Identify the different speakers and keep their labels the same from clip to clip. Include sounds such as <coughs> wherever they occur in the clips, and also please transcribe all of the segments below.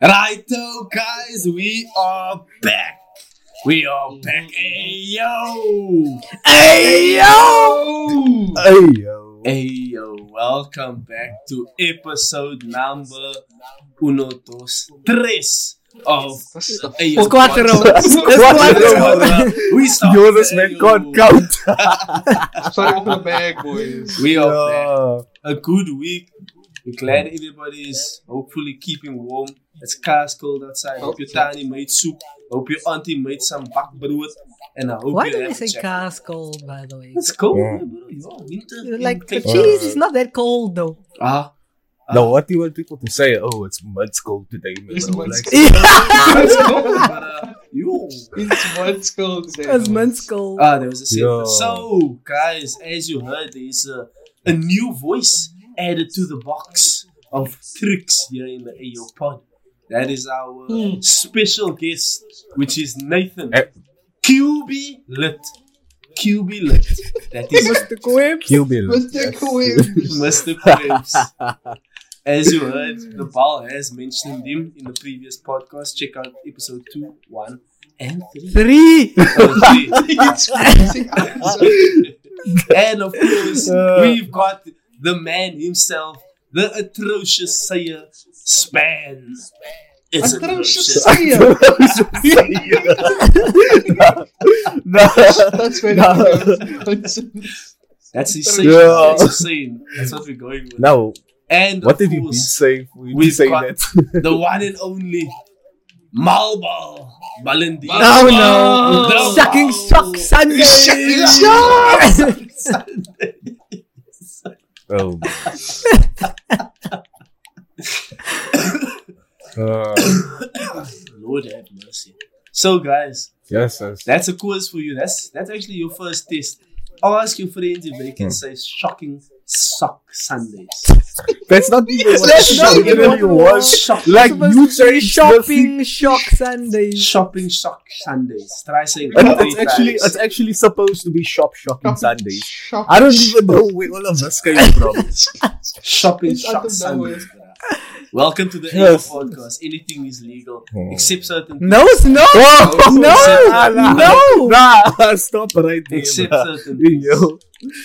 Speaker 1: Righto, guys, we are back. We are back. Hey yo. Hey yo.
Speaker 2: Hey yo.
Speaker 1: Hey yo. Welcome back to episode number uno, dos, tres of Ayo
Speaker 3: Os quatro.
Speaker 2: <laughs>
Speaker 1: Podcast.
Speaker 3: Os
Speaker 2: quatro.
Speaker 1: We start.
Speaker 2: Jonas
Speaker 1: Ayo.
Speaker 2: met God count.
Speaker 4: Sorry for the
Speaker 1: <laughs>
Speaker 4: bag, boys.
Speaker 1: We are back.
Speaker 2: Ja.
Speaker 1: a good week. We're glad everybody is hopefully keeping warm. It's cast cold outside. Hope your tiny made soup. Hope your auntie made some bakbrood. And I hope
Speaker 3: Why
Speaker 1: you
Speaker 3: do
Speaker 1: have
Speaker 3: we
Speaker 1: a
Speaker 3: say
Speaker 1: jacket.
Speaker 3: cars cold, by the way?
Speaker 1: It's cold,
Speaker 2: Yeah.
Speaker 1: yeah. bro. You're winter.
Speaker 3: Like the
Speaker 1: Cape
Speaker 2: Uh,
Speaker 1: Town.
Speaker 3: cheese is not that cold though.
Speaker 1: Ah, <laughs>
Speaker 2: No, what do you want people to say? Oh, it's mud school today, man.
Speaker 4: It's
Speaker 2: I'm
Speaker 4: mud
Speaker 2: like,
Speaker 4: school.
Speaker 1: it's cold, but uh, you.
Speaker 4: It's month's cold today. boys.
Speaker 3: As man's cold. Uh, <laughs>
Speaker 1: Ah, there was a secret.
Speaker 2: Yo.
Speaker 1: So, guys, as you heard, there's a, a new voice added to the box of tricks here in the AO pod. That is our
Speaker 3: Hmm.
Speaker 1: special guest, which is Nathan.
Speaker 2: Eh.
Speaker 1: QB Lit. QB Lit. That
Speaker 2: <laughs>
Speaker 1: is
Speaker 3: Mr. Quibs.
Speaker 2: Kill Bill.
Speaker 4: Mr.
Speaker 2: Yes.
Speaker 4: Quibs.
Speaker 1: Mr. Krabs. As you heard, the ball has mentioned him in the previous podcast. Check out episode 2, 1, and
Speaker 2: <laughs>
Speaker 1: 3.
Speaker 3: Three.
Speaker 1: Oh, three.
Speaker 4: It's freezing outside.
Speaker 1: <laughs> and of course,
Speaker 2: Uh.
Speaker 1: we've got the man himself, the atrocious sayer, Span. It's
Speaker 4: Atrocious
Speaker 1: atrocious.
Speaker 4: Sayer.
Speaker 2: <laughs> Nah.
Speaker 4: That's where
Speaker 2: Nah.
Speaker 4: it
Speaker 1: That's his saying.
Speaker 2: Yeah.
Speaker 1: That's his saying. That's what we're going with.
Speaker 2: Now,
Speaker 1: And
Speaker 2: what
Speaker 1: of
Speaker 2: did you mean
Speaker 1: course,
Speaker 2: say? We
Speaker 1: we've
Speaker 2: did say
Speaker 1: got-
Speaker 2: that. <laughs>
Speaker 1: the one and only Malbal Balindi.
Speaker 3: Oh
Speaker 1: No.
Speaker 3: no. Sucking sock Sunday.
Speaker 4: Sucking sock.
Speaker 2: Oh. Uh,
Speaker 1: Lord have mercy. So guys,
Speaker 2: yes, yes.
Speaker 1: that's a quiz for you. That's that's actually your first test. Ask your friends if they can
Speaker 2: Hmm.
Speaker 1: say shocking sock Sundays.
Speaker 2: That's not even what
Speaker 4: that's
Speaker 2: it
Speaker 4: not even
Speaker 2: really
Speaker 3: what-
Speaker 2: was.
Speaker 1: Shock,
Speaker 2: Like you say
Speaker 3: shopping shock Sundays.
Speaker 1: shopping sock Sundays. Try saying
Speaker 2: It's,
Speaker 1: that
Speaker 2: it's
Speaker 1: three
Speaker 2: actually
Speaker 1: times.
Speaker 2: it's actually supposed to be shop shopping
Speaker 4: Shop-
Speaker 2: Sundays.
Speaker 4: Shop-
Speaker 2: I don't even
Speaker 1: Oh,
Speaker 2: know where all of this came from.
Speaker 1: shopping
Speaker 4: It's out
Speaker 1: sock
Speaker 4: of nowhere.
Speaker 1: Sundays. bruh. <laughs> Welcome to the
Speaker 2: Yes.
Speaker 1: AO podcast. Anything is legal
Speaker 2: Hmm.
Speaker 1: except certain
Speaker 3: No, no,
Speaker 2: <laughs> Oh,
Speaker 1: Ah,
Speaker 3: no, no.
Speaker 2: Nah, <laughs> stop right there.
Speaker 1: except
Speaker 2: bruh. <laughs>
Speaker 1: certain things.
Speaker 2: Yo.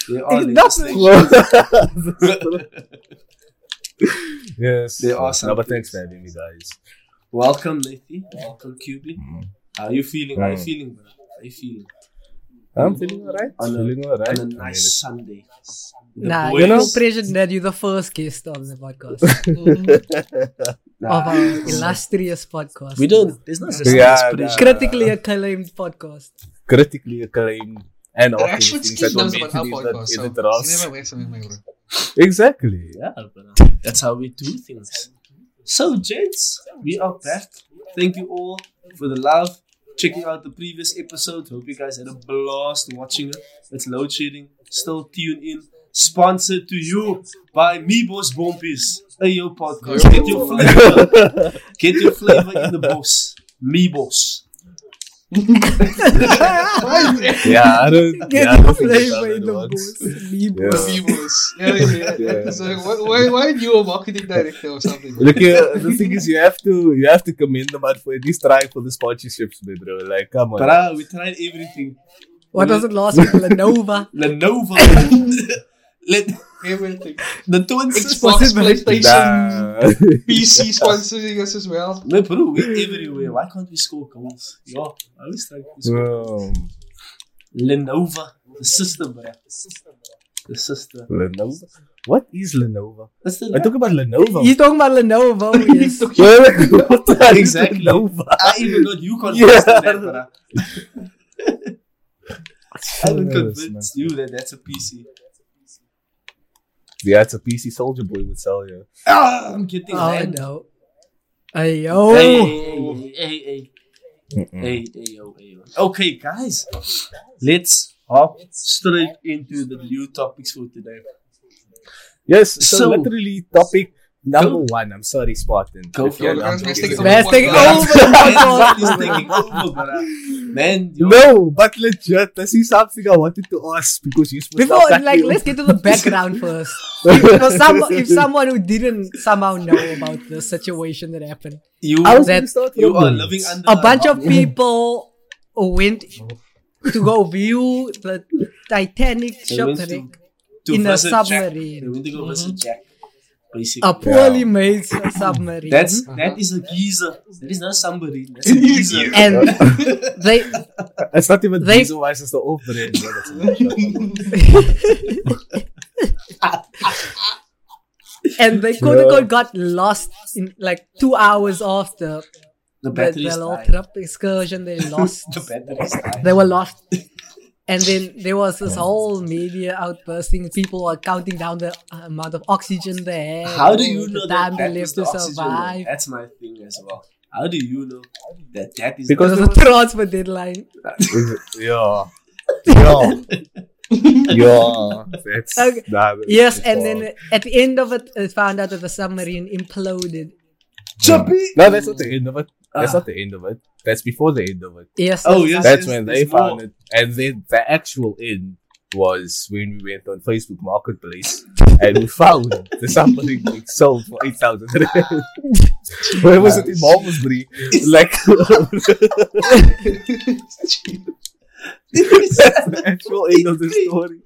Speaker 1: There are
Speaker 3: It's not-
Speaker 1: legislation.
Speaker 2: yes.
Speaker 1: There are some
Speaker 2: No, but
Speaker 1: things.
Speaker 2: thanks for having me, guys.
Speaker 1: <laughs> Welcome, Nathan. Welcome, QB.
Speaker 2: Mm.
Speaker 1: How are you feeling? How are you
Speaker 2: Mm.
Speaker 1: feeling, bro? How are you feeling?
Speaker 2: I'm feeling alright.
Speaker 1: On a-
Speaker 2: feeling alright.
Speaker 1: On a nice Sunday. The
Speaker 3: Nah,
Speaker 1: boys-
Speaker 3: you know, precious that you're the first guest of the podcast. of
Speaker 1: Nah,
Speaker 3: our illustrious podcast.
Speaker 1: we don't. There's no such thing
Speaker 2: Yeah,
Speaker 1: as
Speaker 2: nah.
Speaker 1: pressure.
Speaker 3: Critically acclaimed
Speaker 1: <laughs>
Speaker 3: podcast.
Speaker 2: critically acclaimed and
Speaker 4: But
Speaker 2: often
Speaker 4: Ashwood's
Speaker 2: things that
Speaker 4: kid
Speaker 2: don't
Speaker 4: knows
Speaker 2: make
Speaker 4: about our
Speaker 2: it
Speaker 4: podcast, so
Speaker 2: in the
Speaker 4: it's
Speaker 2: Ross.
Speaker 4: never waste something, my bro.
Speaker 1: <laughs>
Speaker 2: Exactly.
Speaker 1: Yeah, but uh, that's how we do things. So, gents, we are back. Thank you all for the love. Checking out the previous episode. Hope you guys had a blast watching it. It's load shedding. Still tune in. Sponsored to you by Me Boss Bompies. Ayo podcast. Get your flavor. <laughs> Get your flavor in the boss. Me Boss.
Speaker 4: Why is it?
Speaker 2: Yeah, I <laughs> don't.
Speaker 3: Get
Speaker 2: yeah, I
Speaker 3: your
Speaker 2: don't think that's how
Speaker 3: flavor in
Speaker 2: that
Speaker 3: the
Speaker 2: works.
Speaker 3: boss. Me
Speaker 2: Yeah.
Speaker 3: boss.
Speaker 4: The Beavers. Yeah, yeah, yeah.
Speaker 2: Yeah.
Speaker 4: So, why- Why why aren't you a marketing director or something? bro?
Speaker 2: Look, uh, the thing is, you have to you have to commend them out for at least trying for the sponsorships, man, bro. Like, come on.
Speaker 1: Bruh, uh, we tried everything.
Speaker 3: What was it last <laughs> week? Lenova.
Speaker 1: <laughs> Lenovo. Let,
Speaker 4: Everything.
Speaker 1: the twin
Speaker 4: Xbox,
Speaker 3: possible.
Speaker 4: PlayStation,
Speaker 2: <laughs> Nah.
Speaker 4: PC sponsoring us as well.
Speaker 1: No, bro, we're everywhere. Why can't we score goals? Yeah, I always try to score.
Speaker 2: Um,
Speaker 1: Lenova, the sister, bro. The sister.
Speaker 2: Lenovo. What is Lenovo?
Speaker 1: That's the
Speaker 2: I talk about Lenovo.
Speaker 3: <laughs> He's talking about Lenovo. Yes.
Speaker 2: <laughs> what the hell is
Speaker 1: Exactly.
Speaker 2: Lenovo?
Speaker 1: I even got you convinced
Speaker 2: Yeah.
Speaker 1: of that, bro. <laughs> I even
Speaker 2: Yes, man.
Speaker 1: convinced you that that's a PC.
Speaker 2: Yeah, it's a PC soldier boy would sell you.
Speaker 1: Ah, I'm getting
Speaker 3: oh
Speaker 1: mad.
Speaker 3: no. Hey yo.
Speaker 1: Hey, hey, hey, hey,
Speaker 2: Mm-mm.
Speaker 1: hey, hey, yo, hey, yo. Okay, guys, let's hop straight into the new topics for today.
Speaker 2: Yes, so,
Speaker 1: So-
Speaker 2: literally topic Number one, I'm sorry, Spartan.
Speaker 1: Go
Speaker 2: If
Speaker 1: for
Speaker 2: you're
Speaker 1: it.
Speaker 2: number
Speaker 4: Let's take
Speaker 2: one.
Speaker 4: it
Speaker 3: Man's taking over
Speaker 1: <laughs>
Speaker 3: the
Speaker 1: Man,
Speaker 3: podcast.
Speaker 1: he's taking over, bruh. uh, Man, yo,
Speaker 2: No, but legit, this is something I wanted to ask because you spoke
Speaker 3: Before, like,
Speaker 2: <laughs>
Speaker 3: let's get to the background first. If, for some, if someone who didn't somehow know about the situation that happened,
Speaker 1: you,
Speaker 2: I was
Speaker 3: that
Speaker 2: gonna start
Speaker 1: you
Speaker 2: from
Speaker 1: are
Speaker 2: notes.
Speaker 1: living under
Speaker 3: a bunch of people went to go view the Titanic
Speaker 1: They went
Speaker 3: shipwreck.
Speaker 1: to
Speaker 3: in a
Speaker 1: visit Jack.
Speaker 3: submarine.
Speaker 1: They went to go visit Jack, basically.
Speaker 3: a poorly made s- submarine.
Speaker 1: That's
Speaker 4: Uh-huh.
Speaker 1: that is a geezer. That is not somebody. That's a geezer. <laughs>
Speaker 3: and they
Speaker 2: It's not even
Speaker 3: They-
Speaker 2: they... reason why it's just the <laughs> opening. bro, that's another shot.
Speaker 3: and they quote unquote got lost in like two hours after
Speaker 1: the
Speaker 3: the,
Speaker 1: battery
Speaker 3: the
Speaker 1: is
Speaker 3: little
Speaker 1: dying.
Speaker 3: trip excursion. They lost.
Speaker 1: The battery
Speaker 3: <laughs>
Speaker 1: is dying.
Speaker 3: they were lost. And then there was this whole media outbursting. People were counting down the amount of oxygen they had.
Speaker 1: How do
Speaker 3: all
Speaker 1: you
Speaker 3: the
Speaker 1: know that
Speaker 3: time
Speaker 1: that
Speaker 3: they
Speaker 1: was the
Speaker 3: left to
Speaker 1: oxygen?
Speaker 3: survive?
Speaker 1: That's my thing as well. How do you know that that is
Speaker 2: Because-
Speaker 1: <laughs>
Speaker 3: There was a transfer deadline.
Speaker 2: yeah. Yeah. yeah. That's,
Speaker 3: Okay.
Speaker 2: nah, that's
Speaker 3: Yes, and
Speaker 2: wild.
Speaker 3: then at the end of it, it found out that the submarine imploded.
Speaker 1: Choppy?
Speaker 2: No, that's not the end of it. That's
Speaker 1: Ah.
Speaker 2: not the end of it. That's before the end of it.
Speaker 3: Yes.
Speaker 1: Oh,
Speaker 3: that's-
Speaker 1: yes.
Speaker 2: That's when they
Speaker 1: there's more.
Speaker 2: found it. And then the actual end was when we went on Facebook Marketplace and we found the somebody <laughs> being sold for 8,000 <laughs> rand. Where was it in Malmesbury? Like, <laughs> that's
Speaker 3: <laughs>
Speaker 2: the actual end of the story.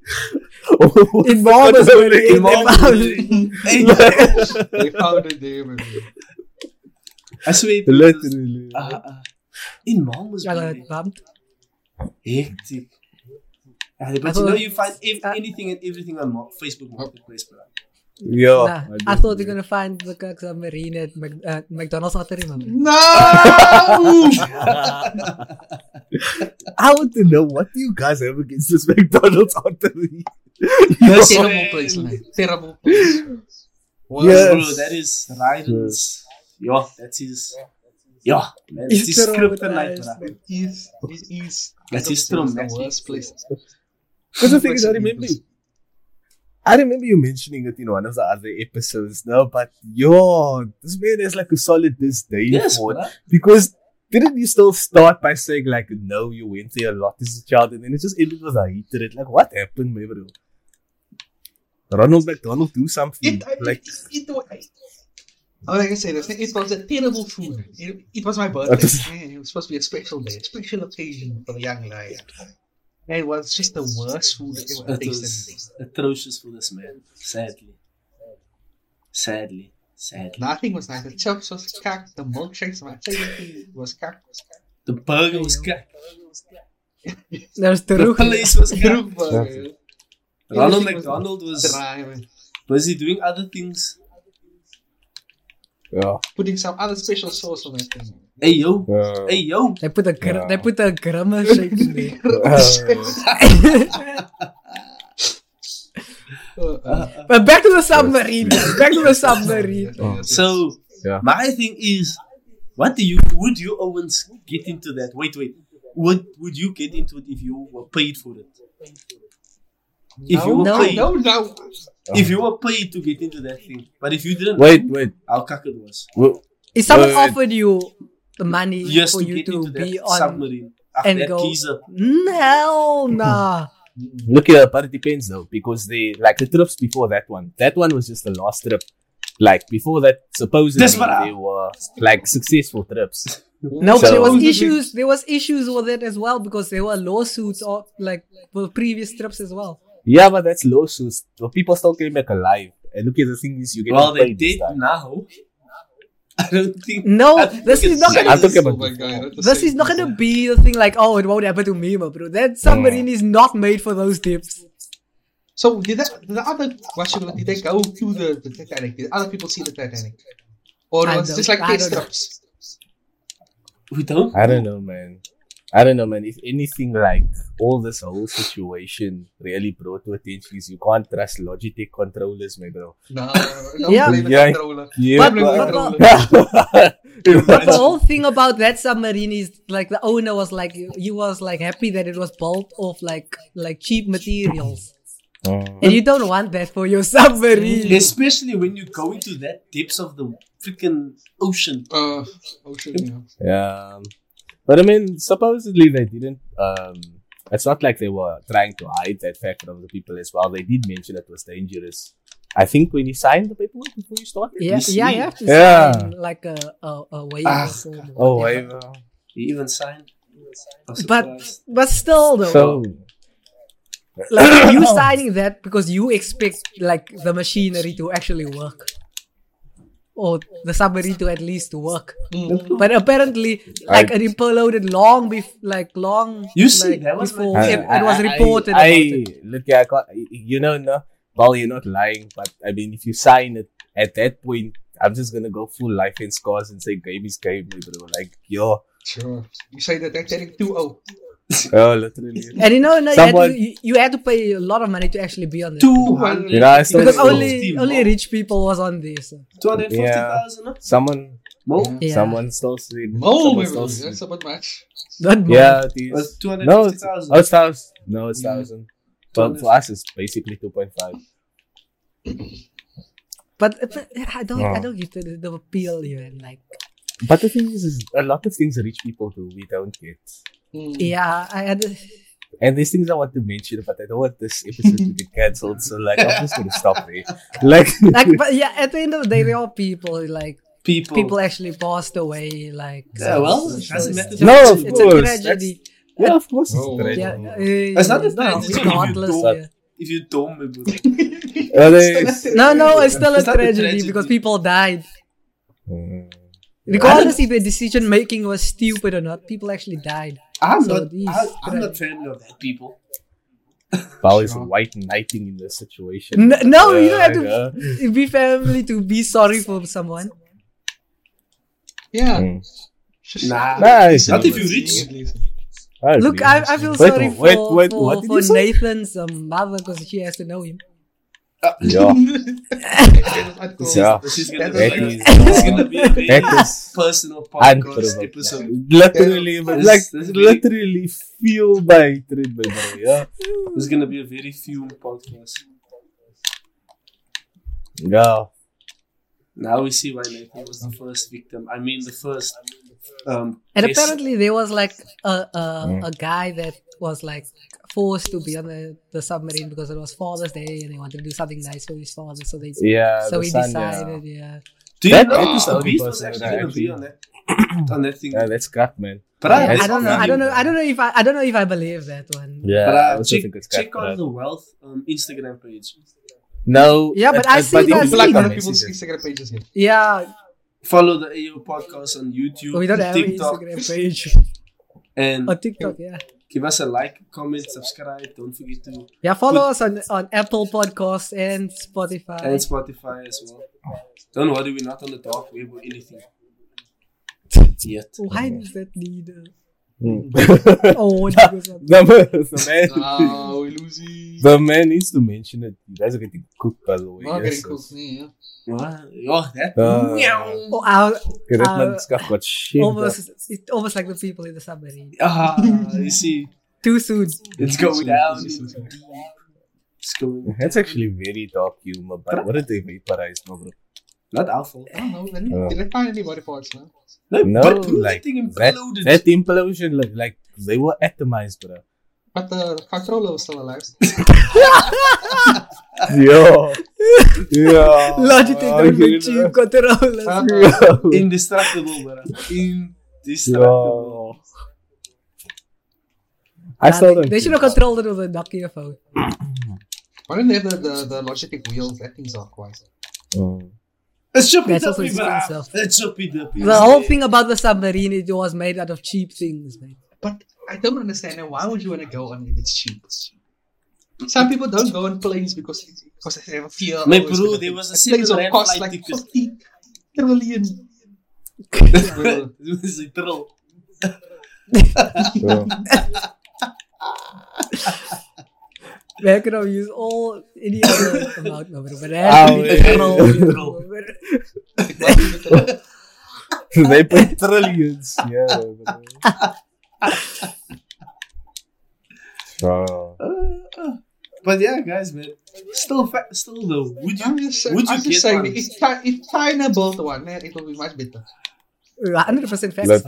Speaker 3: In Malmesbury,
Speaker 2: In
Speaker 3: they
Speaker 2: Malmesbury.
Speaker 1: Hey,
Speaker 4: <laughs> they found it there, man.
Speaker 1: I swear. because,
Speaker 2: Literally.
Speaker 1: uh,
Speaker 3: Uh-huh.
Speaker 1: uh, in mom was
Speaker 3: I got bumped.
Speaker 1: hectic. Uh, but you
Speaker 3: thought-
Speaker 1: know, you find ev-
Speaker 3: uh,
Speaker 1: anything and everything on Mar- Facebook Marketplace, bro. Oh,
Speaker 2: Yo.
Speaker 3: Nah, I thought you're gonna find the Kirk submarine at Mac- uh, McDonald's Autorium.
Speaker 4: No!
Speaker 2: I want to know what do you guys have against this McDonald's artery?
Speaker 4: Terrible place,
Speaker 1: né?
Speaker 4: man. Terrible place.
Speaker 1: Well,
Speaker 2: Yes.
Speaker 1: bro, that is Raiden's. Yeah, that is. Yeah, man, that
Speaker 3: It's
Speaker 1: is kryptonite,
Speaker 3: traumatized.
Speaker 1: bro.
Speaker 4: Is, this is.
Speaker 1: That is
Speaker 4: the
Speaker 1: traumatic.
Speaker 4: worst place.
Speaker 2: Because the thing is, I remember, I remember you mentioning it in one of the other episodes, no? But yo, this man has like a solid disdain
Speaker 1: Yes,
Speaker 2: for it.
Speaker 1: bro.
Speaker 2: Because didn't you still start by saying like, no, you went there a lot as a child, and then it just ended with a hatred. Like, what happened, my bro? Ronald McDonald, do something.
Speaker 4: It, I,
Speaker 2: like,
Speaker 4: like, it, it, I, like I said, it was a terrible food. It, it was my
Speaker 2: That
Speaker 4: birthday.
Speaker 2: is-
Speaker 4: man. It was supposed to be a special day, a special occasion for the young lion. And it was just the worst food I ever
Speaker 1: It
Speaker 4: tasted.
Speaker 1: was atrocious for this man. Sadly. Sadly. Sadly.
Speaker 4: Nothing was nice. The chips was cacked, the milkshakes, my favorite thing was
Speaker 3: <laughs>
Speaker 4: cacked.
Speaker 1: The burger was cut.
Speaker 3: There's
Speaker 1: The
Speaker 3: Taruka.
Speaker 1: place was cut.
Speaker 4: Everything
Speaker 1: Ronald
Speaker 4: was
Speaker 1: McDonald was
Speaker 4: dry, man.
Speaker 1: busy doing other things.
Speaker 2: yeah,
Speaker 4: Putting some other special sauce on that thing.
Speaker 1: Hey yo.
Speaker 2: yeah.
Speaker 1: Hey yo.
Speaker 3: They put a gr-
Speaker 2: Yeah.
Speaker 3: they put a grammar shape in there. Oh.
Speaker 4: <laughs> Uh, uh,
Speaker 3: but back to the submarine. guys. Back to the submarine.
Speaker 2: Oh.
Speaker 1: So
Speaker 2: Yeah.
Speaker 1: my thing is what do you would you Owens get into that? Wait, wait. Would would you get into it if you were paid for it? If you were
Speaker 3: No,
Speaker 1: paid
Speaker 4: Oh, no, no.
Speaker 1: if you were paid to get into that thing. But if you didn't
Speaker 2: <laughs> Wait, wait.
Speaker 1: how cuck it was.
Speaker 2: Wait,
Speaker 3: If someone
Speaker 2: Wait, wait.
Speaker 3: offered you the money
Speaker 1: Yes
Speaker 3: for
Speaker 1: to
Speaker 3: you
Speaker 1: get
Speaker 3: to
Speaker 1: into
Speaker 3: be
Speaker 1: that
Speaker 3: on,
Speaker 1: submarine. Ah,
Speaker 3: and
Speaker 1: that
Speaker 3: go-
Speaker 1: geezer.
Speaker 3: Mm, hell nah.
Speaker 2: Look here, but it depends though, because they like the trips before that one. That one was just the last trip. Like before that, supposedly
Speaker 1: That's what I-
Speaker 2: they were like successful trips.
Speaker 3: No, but
Speaker 2: So-
Speaker 3: there was issues. There was issues with it as well because there were lawsuits or like with previous trips as well.
Speaker 2: Yeah, but that's lawsuits. So people still came back alive. And look at the thing is, you get
Speaker 1: Well, they
Speaker 2: paid. this
Speaker 1: did
Speaker 2: time.
Speaker 1: now. I don't think.
Speaker 3: No,
Speaker 1: I think
Speaker 3: this is
Speaker 1: it's-
Speaker 3: not
Speaker 2: Yeah,
Speaker 3: gonna
Speaker 2: I'm talking
Speaker 4: Oh
Speaker 2: about
Speaker 4: my
Speaker 2: before.
Speaker 4: God, that's the
Speaker 3: This
Speaker 4: same
Speaker 3: is not
Speaker 4: thing.
Speaker 3: gonna be the thing like, oh, it won't happen to me, my bro. That submarine is not made for those dips.
Speaker 4: So did that, did the other what you call it, did they go to the, the Titanic? Did other people see the Titanic? Or
Speaker 3: I
Speaker 4: was it
Speaker 3: don't-
Speaker 4: just like
Speaker 3: I
Speaker 4: test
Speaker 3: don't know.
Speaker 4: trips?
Speaker 1: We don't.
Speaker 2: I don't know, man. I don't know, man. If anything, like all this whole situation really brought to attention is you can't trust Logitech controllers, my bro.
Speaker 4: No, don't
Speaker 3: Yeah.
Speaker 4: blame the
Speaker 2: Yeah.
Speaker 4: controller.
Speaker 2: Yeah,
Speaker 4: Don't blame <laughs>
Speaker 2: <laughs>
Speaker 4: the controller.
Speaker 3: But the whole thing about that submarine is like the owner was like, he was like happy that it was built of like like cheap materials.
Speaker 2: Oh.
Speaker 3: And you don't want that for your <laughs> submarine.
Speaker 1: Especially when you go into that depths of the freaking ocean.
Speaker 4: Uh, ocean, yeah.
Speaker 2: Yeah. Um, But I mean, supposedly they didn't. Um, it's not like they were trying to hide that fact from the people as well. They did mention it was dangerous. I think when you signed the paperwork before you started.
Speaker 3: Yeah,
Speaker 2: you
Speaker 3: yeah,
Speaker 2: see-
Speaker 3: you have to
Speaker 2: Yeah.
Speaker 3: sign like a a, a waiver
Speaker 1: Ah,
Speaker 3: form or
Speaker 2: Oh,
Speaker 3: whatever.
Speaker 2: waiver.
Speaker 1: He even signed. I'm
Speaker 3: But
Speaker 1: surprised.
Speaker 3: but still though,
Speaker 2: So,
Speaker 3: like
Speaker 2: <coughs>
Speaker 3: you signing that because you expect like the machinery to actually work, or the submarine to at least work.
Speaker 4: Hmm.
Speaker 3: But apparently, like
Speaker 2: I-
Speaker 3: it imploded long bef- like long.
Speaker 1: You see,
Speaker 3: like,
Speaker 1: that was my-
Speaker 3: before
Speaker 1: I-
Speaker 3: it, it was reported.
Speaker 2: I,
Speaker 3: about it.
Speaker 2: look, yeah, I can't, you know, no, well, you're not lying, but I mean, if you sign it at that point, I'm just gonna go full life and scores and say game is game, bro. Like, yo,
Speaker 4: Sure. You say the Titanic 2 0.
Speaker 2: oh, literally.
Speaker 3: <laughs> And you know, no, you,
Speaker 2: Someone-
Speaker 3: had to, you, you had to pay a lot of money to actually be on this.
Speaker 1: 200.
Speaker 2: You know, I still
Speaker 3: Because
Speaker 2: That's
Speaker 3: only only rich people was on this.
Speaker 1: 250,000 up?
Speaker 2: Someone,
Speaker 1: More?
Speaker 3: Yeah.
Speaker 2: someone stole it.
Speaker 4: Oh,
Speaker 2: Someone
Speaker 4: my
Speaker 2: stole
Speaker 4: God.
Speaker 2: it.
Speaker 4: That's about much.
Speaker 3: Not more.
Speaker 2: Yeah, it
Speaker 1: It was
Speaker 2: is. No, it's,
Speaker 1: 250,000.
Speaker 2: oh, it's thousand. No, it's
Speaker 4: Yeah.
Speaker 2: thousand. But for us, it's basically two point five.
Speaker 3: But, uh, but I don't I
Speaker 2: Yeah.
Speaker 3: don't get the, the appeal here. Like
Speaker 2: But the thing is, is a lot of things rich people do we don't get, Hmm.
Speaker 4: Mm.
Speaker 3: yeah, I had
Speaker 2: <laughs> and these things I want to mention, but I don't want this episode to
Speaker 3: <laughs>
Speaker 2: be cancelled. So like, I'm just gonna stop there. Like, <laughs>
Speaker 3: like but yeah, at the end of the day they are people like
Speaker 1: People.
Speaker 3: people actually passed away like
Speaker 1: Yeah, well, it
Speaker 3: so
Speaker 1: doesn't
Speaker 3: it's-
Speaker 1: matter.
Speaker 2: no, of
Speaker 3: It's a
Speaker 2: course.
Speaker 3: tragedy.
Speaker 2: that's- Yeah, of course.
Speaker 4: Oh.
Speaker 2: It's a
Speaker 3: Yeah,
Speaker 2: tragedy.
Speaker 3: uh,
Speaker 1: It's not a
Speaker 3: no,
Speaker 1: tragedy
Speaker 3: it's
Speaker 1: if <laughs> you
Speaker 3: heartless.
Speaker 2: don't-
Speaker 3: yeah.
Speaker 1: If you don't remember.
Speaker 2: Are they-
Speaker 3: <laughs> No, no, it's still
Speaker 1: It's
Speaker 3: a
Speaker 1: not a
Speaker 3: tragedy
Speaker 1: tragedy.
Speaker 3: because people died.
Speaker 2: Mm.
Speaker 3: Regardless if the decision making was stupid or not, people actually died.
Speaker 1: I'm
Speaker 3: So
Speaker 1: not,
Speaker 3: these-
Speaker 1: I, I'm not family of that people.
Speaker 2: Paul is white knighting in this situation.
Speaker 3: N- no, you
Speaker 2: Yeah,
Speaker 3: don't have
Speaker 2: I know.
Speaker 3: to be family to be sorry for someone.
Speaker 4: Yeah.
Speaker 2: Mm.
Speaker 4: Just-
Speaker 1: Nah.
Speaker 2: Nah, it's
Speaker 1: Not if
Speaker 2: not.
Speaker 1: you <laughs> reach.
Speaker 2: I
Speaker 3: Look,
Speaker 2: agree.
Speaker 3: I, I feel
Speaker 2: Wait,
Speaker 3: sorry
Speaker 2: wait,
Speaker 3: for,
Speaker 2: wait, what
Speaker 3: for,
Speaker 2: did
Speaker 3: for
Speaker 2: you say?
Speaker 3: Nathan's um, mother because she has to know him.
Speaker 2: Yeah. Yeah.
Speaker 1: This is gonna
Speaker 4: That
Speaker 1: be,
Speaker 2: Ah, is-
Speaker 1: this is gonna be a very
Speaker 2: That is
Speaker 1: personal
Speaker 2: unprovoked.
Speaker 1: podcast episode.
Speaker 2: literally, but
Speaker 1: This-
Speaker 2: like
Speaker 1: this is
Speaker 2: literally feel by hatred, by the way, yeah,
Speaker 1: This is gonna be a very few podcast.
Speaker 2: yeah.
Speaker 1: Now we see why Nathan was the first victim. I mean, the first. Um,
Speaker 3: And
Speaker 1: best-
Speaker 3: apparently there was like a, a,
Speaker 2: Mm.
Speaker 3: a guy that was like forced to be on the, the submarine because it was Father's Day and he wanted to do something nice for his father. So they
Speaker 2: yeah
Speaker 3: so
Speaker 2: the
Speaker 3: he
Speaker 2: sun,
Speaker 3: decided, yeah.
Speaker 1: Do you
Speaker 2: That-
Speaker 1: know
Speaker 2: that is the
Speaker 1: the
Speaker 2: only
Speaker 1: beast was
Speaker 2: person
Speaker 1: actually
Speaker 2: that
Speaker 1: gonna
Speaker 2: actually-
Speaker 1: be on that on that thing?
Speaker 2: Yeah. yeah, that's crap, man.
Speaker 1: but I,
Speaker 3: I,
Speaker 2: that's
Speaker 3: I don't know.
Speaker 2: funny,
Speaker 3: I don't know. I
Speaker 2: man.
Speaker 3: don't know if I, I don't know if I believe that one.
Speaker 2: Yeah,
Speaker 1: But
Speaker 2: I
Speaker 1: uh,
Speaker 2: also
Speaker 1: check,
Speaker 2: think it's crap.
Speaker 1: check out the wealth um, Instagram page.
Speaker 2: No,
Speaker 3: Yeah, but I see
Speaker 2: it
Speaker 3: that
Speaker 2: was
Speaker 4: People like
Speaker 3: Like
Speaker 4: other
Speaker 2: a
Speaker 4: people's
Speaker 2: message.
Speaker 4: Instagram pages
Speaker 1: <laughs>
Speaker 4: here.
Speaker 3: Yeah,
Speaker 1: Follow the AO podcast on YouTube,
Speaker 3: we don't have an
Speaker 1: TikTok, <laughs> Mm.
Speaker 3: Instagram page
Speaker 1: and
Speaker 3: or TikTok. Yeah,
Speaker 1: give us a like, comment, subscribe. Don't forget to
Speaker 3: yeah. Follow us on on Apple Podcasts and Spotify.
Speaker 1: and Spotify as well. Don't worry, we're not on the dark web or anything yet.
Speaker 3: Oh, Why does that need? a-
Speaker 2: Mm.
Speaker 3: Oh, it goes on.
Speaker 2: the, man, the man,
Speaker 4: Oh, we're losing.
Speaker 2: the man needs to mention it. You guys are getting cooked, by the way.
Speaker 4: We're not
Speaker 2: yes,
Speaker 4: getting cooked.
Speaker 2: yes.
Speaker 4: Yeah.
Speaker 1: Wow. Oh, that.
Speaker 2: Uh,
Speaker 1: meow.
Speaker 3: Oh, I-
Speaker 2: Okay, that
Speaker 3: Uh,
Speaker 2: man's got got shit.
Speaker 3: almost it's almost like the people in the submarine.
Speaker 1: Ah, you see,
Speaker 3: Too soon.
Speaker 1: it's going down.
Speaker 4: Yes, yes, yes.
Speaker 1: It's going.
Speaker 2: That's actually very dark humor, but what did they vaporize, no, bro?
Speaker 1: Not our fault.
Speaker 4: I don't know. Did
Speaker 2: Uh.
Speaker 4: did I find any body parts, man?
Speaker 1: No,
Speaker 2: No,
Speaker 1: but who
Speaker 2: like,
Speaker 1: that thing
Speaker 2: that-
Speaker 1: imploded?
Speaker 2: That implosion, like, like they were atomized, bro.
Speaker 4: But the controller was
Speaker 1: <laughs>
Speaker 4: still alive.
Speaker 2: Yo, <laughs> yo,
Speaker 3: Logitech
Speaker 2: Are Oh, you
Speaker 3: don't make
Speaker 2: kidding me?
Speaker 3: cheap controllers.
Speaker 4: Huh?
Speaker 2: Yo.
Speaker 1: Indestructible, bruh. Indestructible.
Speaker 2: Yo. <laughs> I still don't.
Speaker 3: They should have
Speaker 2: think-
Speaker 3: controlled it with a Nokia phone.
Speaker 4: Why don't they have the, the, the Logitech wheels? That thing's are quite.
Speaker 2: Mm.
Speaker 1: It's choppy
Speaker 3: That's also
Speaker 1: duppy,
Speaker 3: expensive.
Speaker 1: bruh. It's choppy duppy.
Speaker 3: The whole
Speaker 1: <laughs>
Speaker 3: thing about the submarine it was made out of cheap things, man.
Speaker 4: But I don't understand now. Why would you want to go on if it's cheap? Some people don't go on planes because because they have a fear.
Speaker 1: My
Speaker 4: oh, it's
Speaker 1: bro,
Speaker 4: gonna-
Speaker 1: there was a
Speaker 4: planes
Speaker 1: single
Speaker 4: will
Speaker 1: rand
Speaker 4: cost
Speaker 1: flight
Speaker 4: like
Speaker 1: ticket.
Speaker 4: fifty trillion.
Speaker 1: it was a thrill.
Speaker 2: Yo.
Speaker 3: They could have used all any other amount of it, but it
Speaker 2: Ah,
Speaker 3: had to be
Speaker 2: wait.
Speaker 3: controlled.
Speaker 2: <laughs> <laughs> they put trillions. Yeah. <laughs> bro.
Speaker 1: Uh, uh, But yeah, guys, man. Still, fa- still though. <laughs> Would you?
Speaker 4: I'm just, saying-
Speaker 1: Would you
Speaker 4: I'm
Speaker 1: get
Speaker 4: just saying,
Speaker 1: one?
Speaker 4: if, Chi- if China built one, eh, it will be much better.
Speaker 3: 100% facts.
Speaker 2: Look,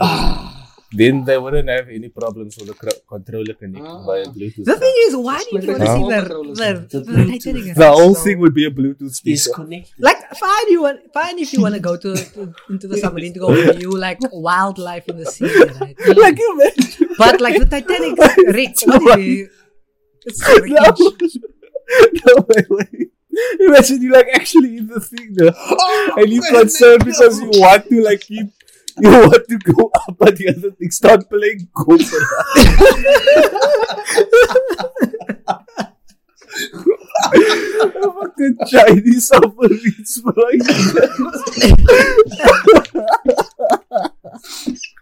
Speaker 2: then they wouldn't have any problems with the cr- controller connected
Speaker 4: Ah.
Speaker 2: via Bluetooth.
Speaker 3: The thing is, why
Speaker 4: Just
Speaker 3: do you
Speaker 4: like
Speaker 3: want to
Speaker 2: the
Speaker 3: see
Speaker 4: remote controllers,
Speaker 3: the, the,
Speaker 1: man.
Speaker 3: the lightning?
Speaker 2: the whole
Speaker 4: So-
Speaker 2: thing would be a Bluetooth
Speaker 1: Is
Speaker 2: speaker.
Speaker 1: connected.
Speaker 3: Like fine, you want fine if you want to go to, to into the submarine to go view like wildlife in the sea, right?
Speaker 2: like you mentioned.
Speaker 3: But like the Titanic, Rick, what
Speaker 2: not-
Speaker 3: is
Speaker 2: <laughs>
Speaker 3: it? It's
Speaker 2: No.
Speaker 3: wreckage.
Speaker 2: <laughs> no, wait, wait. Imagine you like actually in the thing no? Oh, and you concerned because you want to like keep you want to go up but the other thing start playing Cobra. <laughs> A fucking Oh, Chinese submarines flying.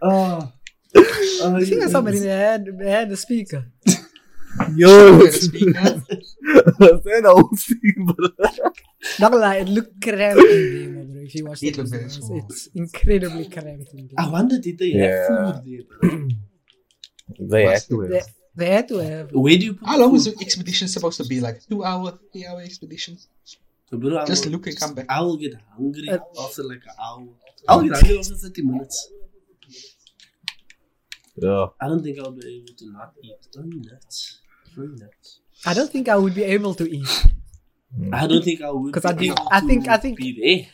Speaker 1: Oh. Oh,
Speaker 3: I <laughs> think
Speaker 1: yeah.
Speaker 3: the submarine had had a speaker.
Speaker 2: Yo,
Speaker 4: With a speaker.
Speaker 2: that whole thing, bro.
Speaker 3: Not gonna lie, it looked cramped in there, bro. If you watch
Speaker 4: It
Speaker 3: the
Speaker 4: looked very
Speaker 3: videos,
Speaker 4: small.
Speaker 3: it's incredibly cramped. In
Speaker 1: I
Speaker 3: there.
Speaker 1: wonder did they
Speaker 2: Yeah.
Speaker 1: have food there? bro?
Speaker 2: They
Speaker 4: had
Speaker 2: to
Speaker 3: They, they had to have.
Speaker 1: Where do you put
Speaker 4: How long
Speaker 1: food?
Speaker 4: was the expedition supposed to be? Like two hour, three hour expedition?
Speaker 1: Bro, I
Speaker 4: Just
Speaker 1: will-
Speaker 4: look and come back.
Speaker 1: I will get hungry
Speaker 3: Uh,
Speaker 1: after like an hour. I'll get hungry after 30 minutes.
Speaker 2: Yeah.
Speaker 1: I don't think I'll be able to not eat. Don't be nuts. Don't be nuts.
Speaker 3: I don't think I would be able to eat.
Speaker 1: I don't think I would.
Speaker 3: 'Cause I
Speaker 1: be
Speaker 3: think-
Speaker 1: able
Speaker 3: I think-
Speaker 1: to
Speaker 3: I think-
Speaker 1: Be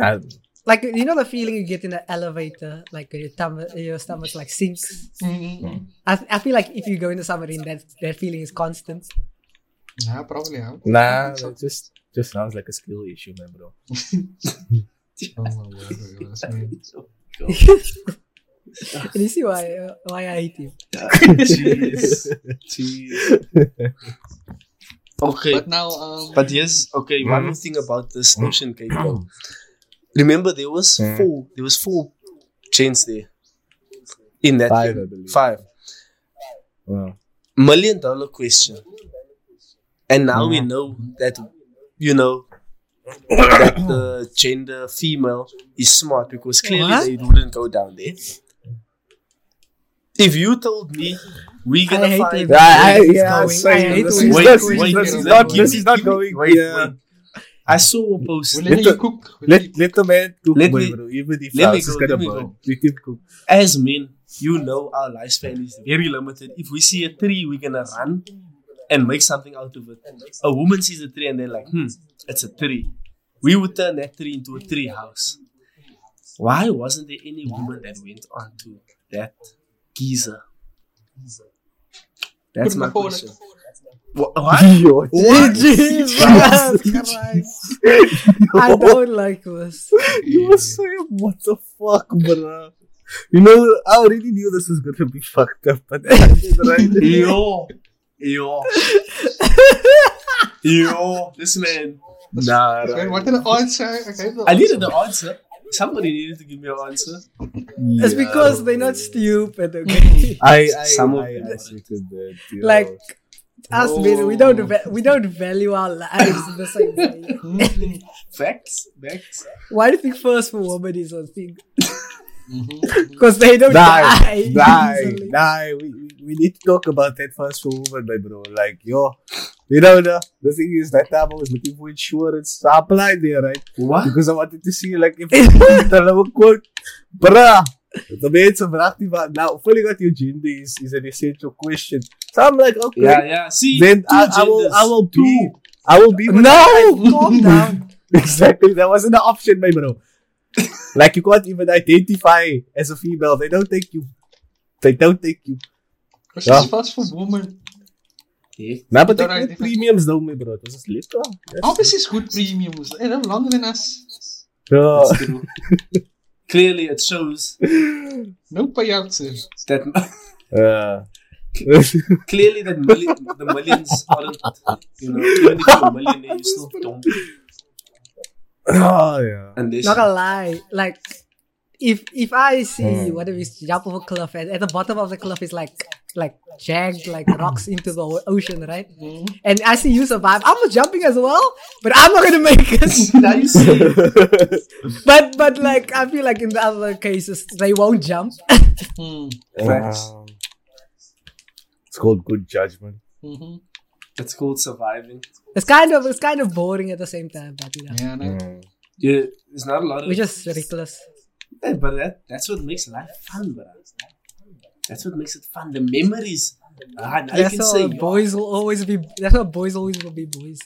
Speaker 2: That-
Speaker 3: Like you know the feeling you get in an elevator, like your tummy, your stomach like sinks.
Speaker 4: Mm.
Speaker 3: I, I feel like if you go in the submarine, that that feeling is constant.
Speaker 4: Yeah, probably. Huh?
Speaker 2: Nah, that just just sounds like a skill issue, man, bro.
Speaker 4: Oh my word, it was
Speaker 1: <laughs>
Speaker 4: me.
Speaker 1: there.
Speaker 3: And you see why uh, why I hate you. <laughs>
Speaker 1: Jeez. Jeez. Okay.
Speaker 4: But now, um,
Speaker 1: But yes, okay, one
Speaker 2: Mm.
Speaker 1: more thing about this ocean cake. though. Remember there was
Speaker 2: Mm.
Speaker 1: four there was four chains there. In that
Speaker 2: Five,
Speaker 1: thing.
Speaker 2: I believe.
Speaker 1: five.
Speaker 2: Wow.
Speaker 1: Million dollar question. And now we
Speaker 2: Mm.
Speaker 1: know that you know that the gender female is smart because clearly
Speaker 3: What?
Speaker 1: they wouldn't go down there. If you told me we
Speaker 3: I
Speaker 1: gonna
Speaker 3: hate
Speaker 1: find
Speaker 3: it.
Speaker 2: I-
Speaker 3: It's
Speaker 2: yeah,
Speaker 3: going.
Speaker 2: same.
Speaker 3: I hate
Speaker 2: This
Speaker 3: when
Speaker 2: is
Speaker 3: it's
Speaker 2: not-
Speaker 3: going.
Speaker 2: this is
Speaker 4: Wait,
Speaker 2: not-
Speaker 4: wait,
Speaker 2: this
Speaker 1: wait.
Speaker 2: is not
Speaker 1: Give me-
Speaker 2: going.
Speaker 1: wait,
Speaker 2: yeah.
Speaker 1: wait. I saw a post.
Speaker 4: whenever
Speaker 2: Let
Speaker 4: you
Speaker 2: the-
Speaker 4: cook,
Speaker 2: Let
Speaker 4: whenever you
Speaker 2: let the man cook,
Speaker 1: Let
Speaker 2: boy,
Speaker 1: me-
Speaker 2: bro. Even
Speaker 1: let
Speaker 2: if
Speaker 1: me
Speaker 2: Francis is
Speaker 1: go,
Speaker 2: gonna
Speaker 1: let me
Speaker 2: burn,
Speaker 1: go.
Speaker 2: let him cook.
Speaker 1: As men, you know our lifespan is very limited. If we see a tree, we're gonna run and make something out of it. A woman sees a tree and they're like, hmm, it's a tree. We would turn that tree into a tree house. Why wasn't there any woman that went on to that geezer? That's
Speaker 4: Couldn't
Speaker 1: my
Speaker 4: afford
Speaker 1: question.
Speaker 4: it.
Speaker 1: Wha- What?
Speaker 2: <laughs> Yo,
Speaker 1: What?
Speaker 3: Jesus Christ. I don't like this.
Speaker 2: You were saying, what the fuck, bro? You know, I already knew this was gonna be <laughs> fucked up, but I did right.
Speaker 1: Yo,
Speaker 4: <laughs>
Speaker 1: yo, yo, this man.
Speaker 2: Nah,
Speaker 4: Okay,
Speaker 2: right.
Speaker 4: what an answer. Okay, the
Speaker 1: I needed the answer. Somebody needed to give me an answer.
Speaker 3: It's
Speaker 2: Yeah.
Speaker 3: because they're not stupid, okay?
Speaker 2: <laughs> I, I,
Speaker 1: Some of
Speaker 2: I, I
Speaker 1: them.
Speaker 2: hated that. you
Speaker 3: like
Speaker 2: know.
Speaker 3: us men, we don't va- we don't value our lives in the same way.
Speaker 4: Mm,
Speaker 1: Facts, facts.
Speaker 3: Why do you think first for women is a thing?
Speaker 4: mhm.
Speaker 3: Because they <laughs> don't die.
Speaker 2: die, die,
Speaker 3: easily.
Speaker 2: die. We, we, we need to talk about that first for women, my bro. Like, yo, you know, the, the thing is, that time I was looking for insurance. So I applied there, right?
Speaker 1: What?
Speaker 2: Because I wanted to see, like, if
Speaker 3: <laughs>
Speaker 2: the lower quote, bruh. The mensen vraagt die maar, nou, vulling out your gender is, is an essential question. So I'm like, okay,
Speaker 1: Yeah, yeah. See,
Speaker 2: then
Speaker 1: two
Speaker 2: I, I will,
Speaker 1: genders.
Speaker 2: I will
Speaker 1: Two.
Speaker 2: be, I will be. with-
Speaker 3: No, calm <laughs> down.
Speaker 2: exactly. That wasn't an option, my bro. like you can't even identify as a female. They don't take you. They don't take you.
Speaker 4: Because
Speaker 2: Yeah.
Speaker 4: it's fast for women.
Speaker 1: Okay.
Speaker 2: Nah, but
Speaker 4: They
Speaker 2: they
Speaker 4: don't
Speaker 2: get
Speaker 4: identify.
Speaker 2: premiums though, my bro. It was a slip.
Speaker 4: Obviously, it's good premiums. They're longer than us.
Speaker 2: Bro.
Speaker 1: That's true.
Speaker 2: <laughs>
Speaker 1: Clearly, it shows
Speaker 4: No payouts. sir.
Speaker 1: that <laughs>
Speaker 2: <laughs> Uh,
Speaker 1: clearly that million, the millions aren't, you know, even if you're a millionaire, you still don't.
Speaker 2: oh, yeah.
Speaker 1: Unless
Speaker 3: Not gonna lie, like if if I see
Speaker 2: Mm.
Speaker 3: whatever is jump off a cliff and at the bottom of the cliff is like like jagged like rocks into the o- ocean, right?
Speaker 4: Mm.
Speaker 3: And I see you survive. I'm jumping as well, but I'm not gonna make
Speaker 1: <laughs>
Speaker 3: it. <laughs>
Speaker 1: now you see.
Speaker 3: but but like I feel like in the other cases they won't jump.
Speaker 4: Mm.
Speaker 1: Facts.
Speaker 2: Um, it's called good judgment.
Speaker 4: Mhm.
Speaker 1: That's called surviving.
Speaker 3: It's kind of it's kind of boring at the same time, but you know,
Speaker 4: Yeah, no.
Speaker 2: Mm.
Speaker 1: Yeah, there's not a lot of.
Speaker 3: we're just reckless.
Speaker 1: <laughs> Yeah, but that, that's what makes life fun, bro. That's what makes it fun. The memories. Ah, now you
Speaker 3: That's
Speaker 1: can say
Speaker 3: how boys will always be. That's how boys always will be boys.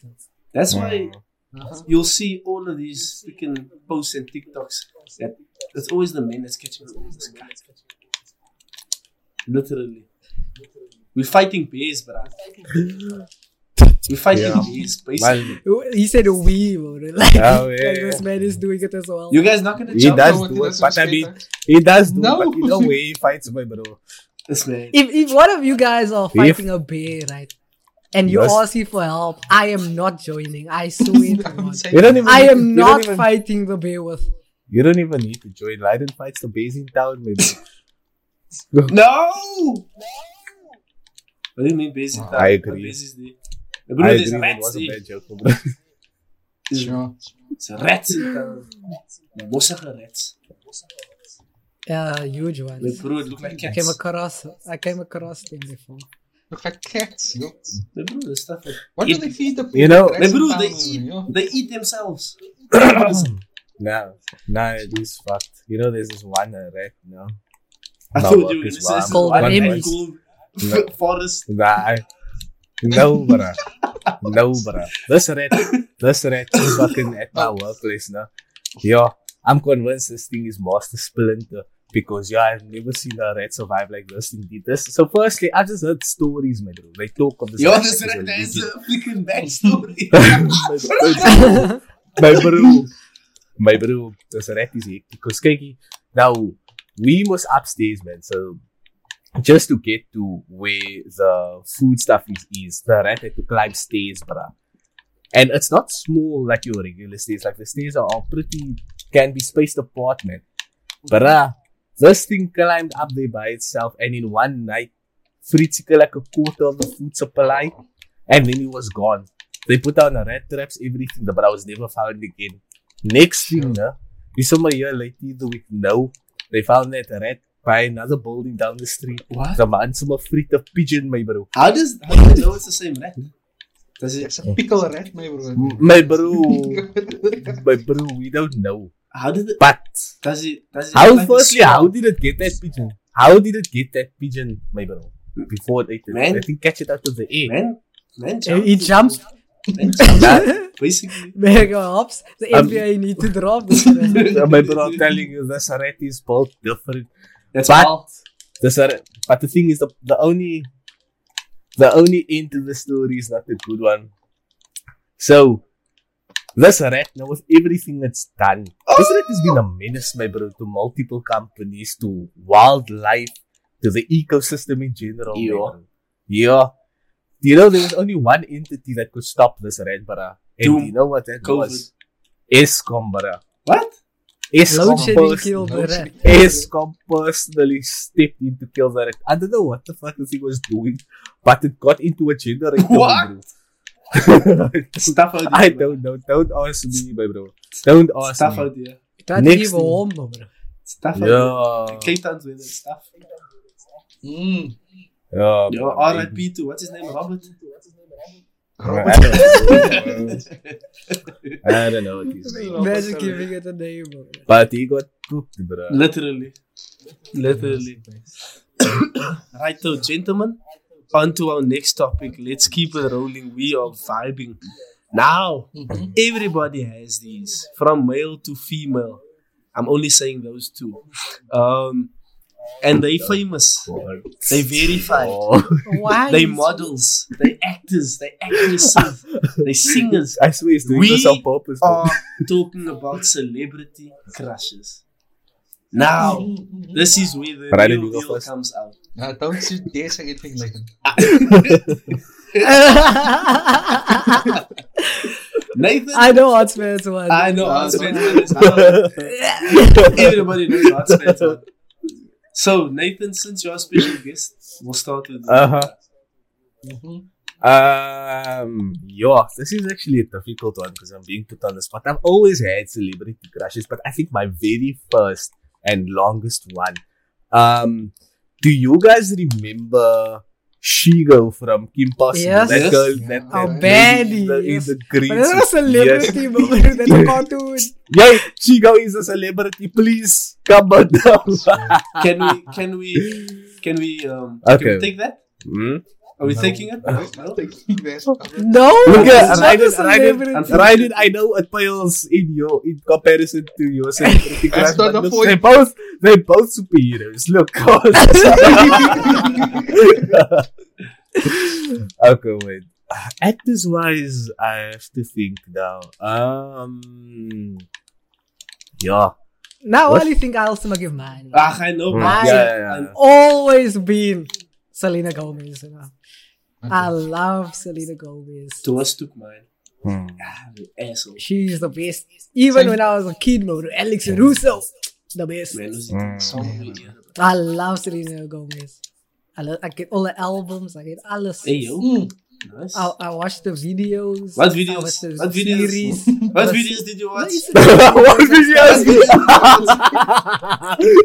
Speaker 1: That's why
Speaker 4: Uh-huh.
Speaker 1: you'll see all of these freaking posts and TikToks. That it's always the men that's catching all this cut. Literally, we're fighting bears, bro. We're fighting
Speaker 2: Yeah.
Speaker 1: bears. Basically,
Speaker 3: <laughs>
Speaker 2: Man,
Speaker 3: He said we, bro. Like,
Speaker 2: Oh, yeah,
Speaker 3: like this
Speaker 2: yeah.
Speaker 3: man is doing it as well.
Speaker 1: you guys not gonna
Speaker 2: He
Speaker 1: jump
Speaker 2: does
Speaker 1: over
Speaker 2: do it,
Speaker 4: That's
Speaker 2: but I
Speaker 4: respect,
Speaker 2: mean,
Speaker 4: eh?
Speaker 2: he does do
Speaker 4: No.
Speaker 2: it, but in a way, he fights away, bro.
Speaker 1: this man.
Speaker 3: if if one of you guys are
Speaker 2: If-
Speaker 3: fighting a bear, right, and you
Speaker 2: Yes.
Speaker 3: ask you for help, I am not joining. I swear to
Speaker 4: I'm
Speaker 3: God.
Speaker 4: saying
Speaker 2: You don't even,
Speaker 3: I am
Speaker 2: you don't
Speaker 3: not
Speaker 2: even-
Speaker 3: fighting the bear with.
Speaker 2: You don't even need to join. Leiden fights the base in town, maybe.
Speaker 1: No. What do you mean bears?
Speaker 4: Wow,
Speaker 2: I agree.
Speaker 1: Bears is there. Bro,
Speaker 2: I
Speaker 1: there's
Speaker 2: agree that
Speaker 1: rats
Speaker 2: was a
Speaker 1: there.
Speaker 2: bad joke, bro.
Speaker 4: Sure.
Speaker 1: It's rats in town. Mossige rats.
Speaker 3: Uh, huge
Speaker 1: Like,
Speaker 3: ones.
Speaker 1: bro, it look like
Speaker 3: I
Speaker 1: cats.
Speaker 3: came across. I came across them before.
Speaker 4: Look like cats, yo.
Speaker 1: Like, bro, the stuff. that-
Speaker 4: Why do they feed the
Speaker 2: You know-
Speaker 1: Like,
Speaker 4: rats
Speaker 1: bro,
Speaker 4: in
Speaker 1: they
Speaker 4: town,
Speaker 1: eat.
Speaker 4: yo?
Speaker 1: They eat themselves.
Speaker 2: <laughs> nah, nah, it is fucked. You know, there's this one uh, rat, no?
Speaker 1: I
Speaker 2: No,
Speaker 1: told
Speaker 2: what
Speaker 1: you,
Speaker 2: is
Speaker 1: this is
Speaker 2: wrong?
Speaker 1: this is
Speaker 3: Called
Speaker 1: one <laughs>
Speaker 3: Emmys.
Speaker 1: cool
Speaker 2: No.
Speaker 1: forest.
Speaker 2: Nah, I, no, bruh. No, bruh. This rat, this rat is fucking at my workplace, no? Yo, I'm convinced this thing is Master Splinter because, yo, I've never seen a rat survive like this. Indeed, this. So, firstly, I just heard stories, man. bro. They talk of this.
Speaker 1: Yo,
Speaker 2: rat
Speaker 1: this
Speaker 2: as a
Speaker 1: rat has
Speaker 2: legend.
Speaker 1: a freaking backstory.
Speaker 2: my bro, my bro, dis reg is hectic. Cause kykie, nou, we was upstairs man, so just to get to where the food stuff is, is the rat had to climb stairs, bruh. And it's not small like your regular stairs. Like the stairs are all pretty, can be spaced apart, man. Bruh, this thing climbed up there by itself, and in one night, Fritzica like a quarter of the food supply, and then he was gone. They put down the rat traps, everything, but I was never found again. Next thing,
Speaker 1: Hmm.
Speaker 2: nah, you saw a year later in the week, no, they found that rat by another building down the street.
Speaker 1: what?
Speaker 2: The man, some fritter pigeon, my bro.
Speaker 1: <laughs> How does how do you know it's the same rat? Does it?
Speaker 4: It's a pickle rat, my bro.
Speaker 1: <laughs>
Speaker 2: My bro, my bro, we don't know.
Speaker 1: How did it?
Speaker 2: But
Speaker 1: Does it? Does it?
Speaker 2: how,
Speaker 1: like a
Speaker 2: firstly,
Speaker 1: swan?
Speaker 2: how did it get that pigeon? How did it get that pigeon, my bro? Before it ate it,
Speaker 1: Man.
Speaker 2: I think catch it out of the air.
Speaker 1: Man, man jumps.
Speaker 3: He jumps. <laughs>
Speaker 1: Man jumps.
Speaker 2: Nah.
Speaker 1: Basically.
Speaker 3: Mega hops. The
Speaker 2: Um,
Speaker 3: NBA need to drop this man.
Speaker 2: <laughs> Uh, my bro, I'm telling you, the rat is built different.
Speaker 1: <laughs> That's
Speaker 2: But-
Speaker 1: all.
Speaker 2: The Sar- but the thing is, the, the only the only end to the story is not a good one. So this rat now with everything that's done, this rat has been a menace, my bro, to multiple companies, to wildlife, to the ecosystem in general. my
Speaker 1: Yeah.
Speaker 2: bro. Yeah. You know, there was only one entity that could stop this rat, bruh. And
Speaker 1: Doom.
Speaker 2: you know what that
Speaker 1: COVID.
Speaker 2: was? Escom, bruh.
Speaker 1: What?
Speaker 3: Load
Speaker 2: Escom
Speaker 3: shedding
Speaker 2: first
Speaker 3: killed the rat.
Speaker 2: Escom personally stepped in to kill the rat. I don't know what the fuck this thing was doing, but it got into a
Speaker 1: <laughs>
Speaker 2: generator. my
Speaker 1: What?
Speaker 2: bro. <laughs>
Speaker 1: Stuff out here.
Speaker 2: I
Speaker 1: bro.
Speaker 2: don't know. Don't ask me, my bro. Don't ask
Speaker 1: Stuff
Speaker 2: me.
Speaker 1: out here.
Speaker 3: Try to
Speaker 2: Next
Speaker 3: give a
Speaker 2: thing.
Speaker 3: warm, bro.
Speaker 1: Stuff out
Speaker 2: Yeah.
Speaker 1: here. Cape Town's with stuff.
Speaker 4: Mm.
Speaker 2: Yeah.
Speaker 1: Yo,
Speaker 2: bro.
Speaker 1: R.I.P. to what's his name, Robert?
Speaker 2: I don't know. I don't know what he's doing.
Speaker 3: Imagine giving it a name, bro.
Speaker 2: But he got cooked, bro.
Speaker 1: Literally. Literally. <coughs> right, so, gentlemen, on to our next topic. Let's keep it rolling. We are vibing. Now,
Speaker 4: Mhm.
Speaker 1: everybody has these, from male to female. I'm only saying those two. Um, and they famous. They verified.
Speaker 2: Oh. <laughs>
Speaker 3: Why?
Speaker 1: They
Speaker 3: is-
Speaker 1: models. They actors. They actresses. they singers.
Speaker 2: I swear he's doing
Speaker 1: We
Speaker 2: this on purpose. bro.
Speaker 1: Are talking about celebrity crushes. Now, this is where the
Speaker 2: But I didn't
Speaker 1: real
Speaker 2: go
Speaker 1: deal
Speaker 2: first.
Speaker 1: comes out.
Speaker 4: Nah, don't you dare say anything like that.
Speaker 3: <laughs> I
Speaker 1: Nathan,
Speaker 3: know Hot Spurs one.
Speaker 1: I know
Speaker 4: Uh,
Speaker 1: Hans Spencer.
Speaker 2: <laughs>
Speaker 1: Everybody knows Hans Spencer. So Nathan, since you're a special guest, we'll start with you.
Speaker 2: Uh-huh.
Speaker 4: Mhm.
Speaker 2: Mm-hmm. Um, yeah, this is actually a difficult one because I'm being put on the spot. I've always had celebrity crushes, but I think my very first and longest one. Um, do you guys remember She-Girl from Kim Possible.
Speaker 3: Yes.
Speaker 2: That
Speaker 1: Yes.
Speaker 2: girl, that,
Speaker 4: Oh,
Speaker 2: that
Speaker 3: Betty,
Speaker 2: lady in
Speaker 3: yes.
Speaker 2: the green
Speaker 3: But that was
Speaker 2: suit.
Speaker 3: celebrity,
Speaker 2: Yes.
Speaker 3: bro. That's a cartoon.
Speaker 2: Yay, She-Girl is a celebrity. Please come on down.
Speaker 1: Can we? Can we? Can we? Um, Can
Speaker 2: Okay. Uh.
Speaker 1: we take that?
Speaker 2: Hmm?
Speaker 1: Are we
Speaker 4: No.
Speaker 1: taking it? No. no?
Speaker 4: Taking this.
Speaker 3: No,
Speaker 2: Look
Speaker 3: it's
Speaker 2: at
Speaker 3: not a
Speaker 2: Raiden,
Speaker 3: celebrity.
Speaker 2: Raiden, Raiden, I know it pales in your in comparison to <laughs> your celebrity
Speaker 4: That's
Speaker 2: crush, but
Speaker 4: not the
Speaker 2: look,
Speaker 4: point.
Speaker 2: they both they both superheroes. <laughs> Look, God. okay, wait. Actors wise, I have to think now. Um, yeah,
Speaker 3: Now
Speaker 2: What?
Speaker 3: only think I'll still give mine.
Speaker 1: Ah, I know.
Speaker 2: Hmm.
Speaker 3: Mine.
Speaker 2: yeah, yeah, yeah.
Speaker 3: Always been Selena Gomez. You know? I love Selena Gomez.
Speaker 1: Towards took mine.
Speaker 2: <laughs> Hmm.
Speaker 1: Ah, you asshole.
Speaker 3: She's the best. Even
Speaker 4: Same.
Speaker 3: when I was a kid, bro, Alex Russo, the best.
Speaker 1: Man, was
Speaker 2: Mm.
Speaker 1: so weird.
Speaker 3: I love Selena Gomez. I, love, I get all the albums. I get alles.
Speaker 1: Hey yo,
Speaker 4: Mm.
Speaker 1: nice.
Speaker 3: I, I watch the videos.
Speaker 1: What
Speaker 3: I
Speaker 1: videos?
Speaker 3: watch the
Speaker 1: What videos?
Speaker 3: series.
Speaker 1: What
Speaker 3: the-
Speaker 1: videos did you
Speaker 3: No,
Speaker 1: watch?
Speaker 3: it's-
Speaker 2: <laughs> what did you ask me? <laughs>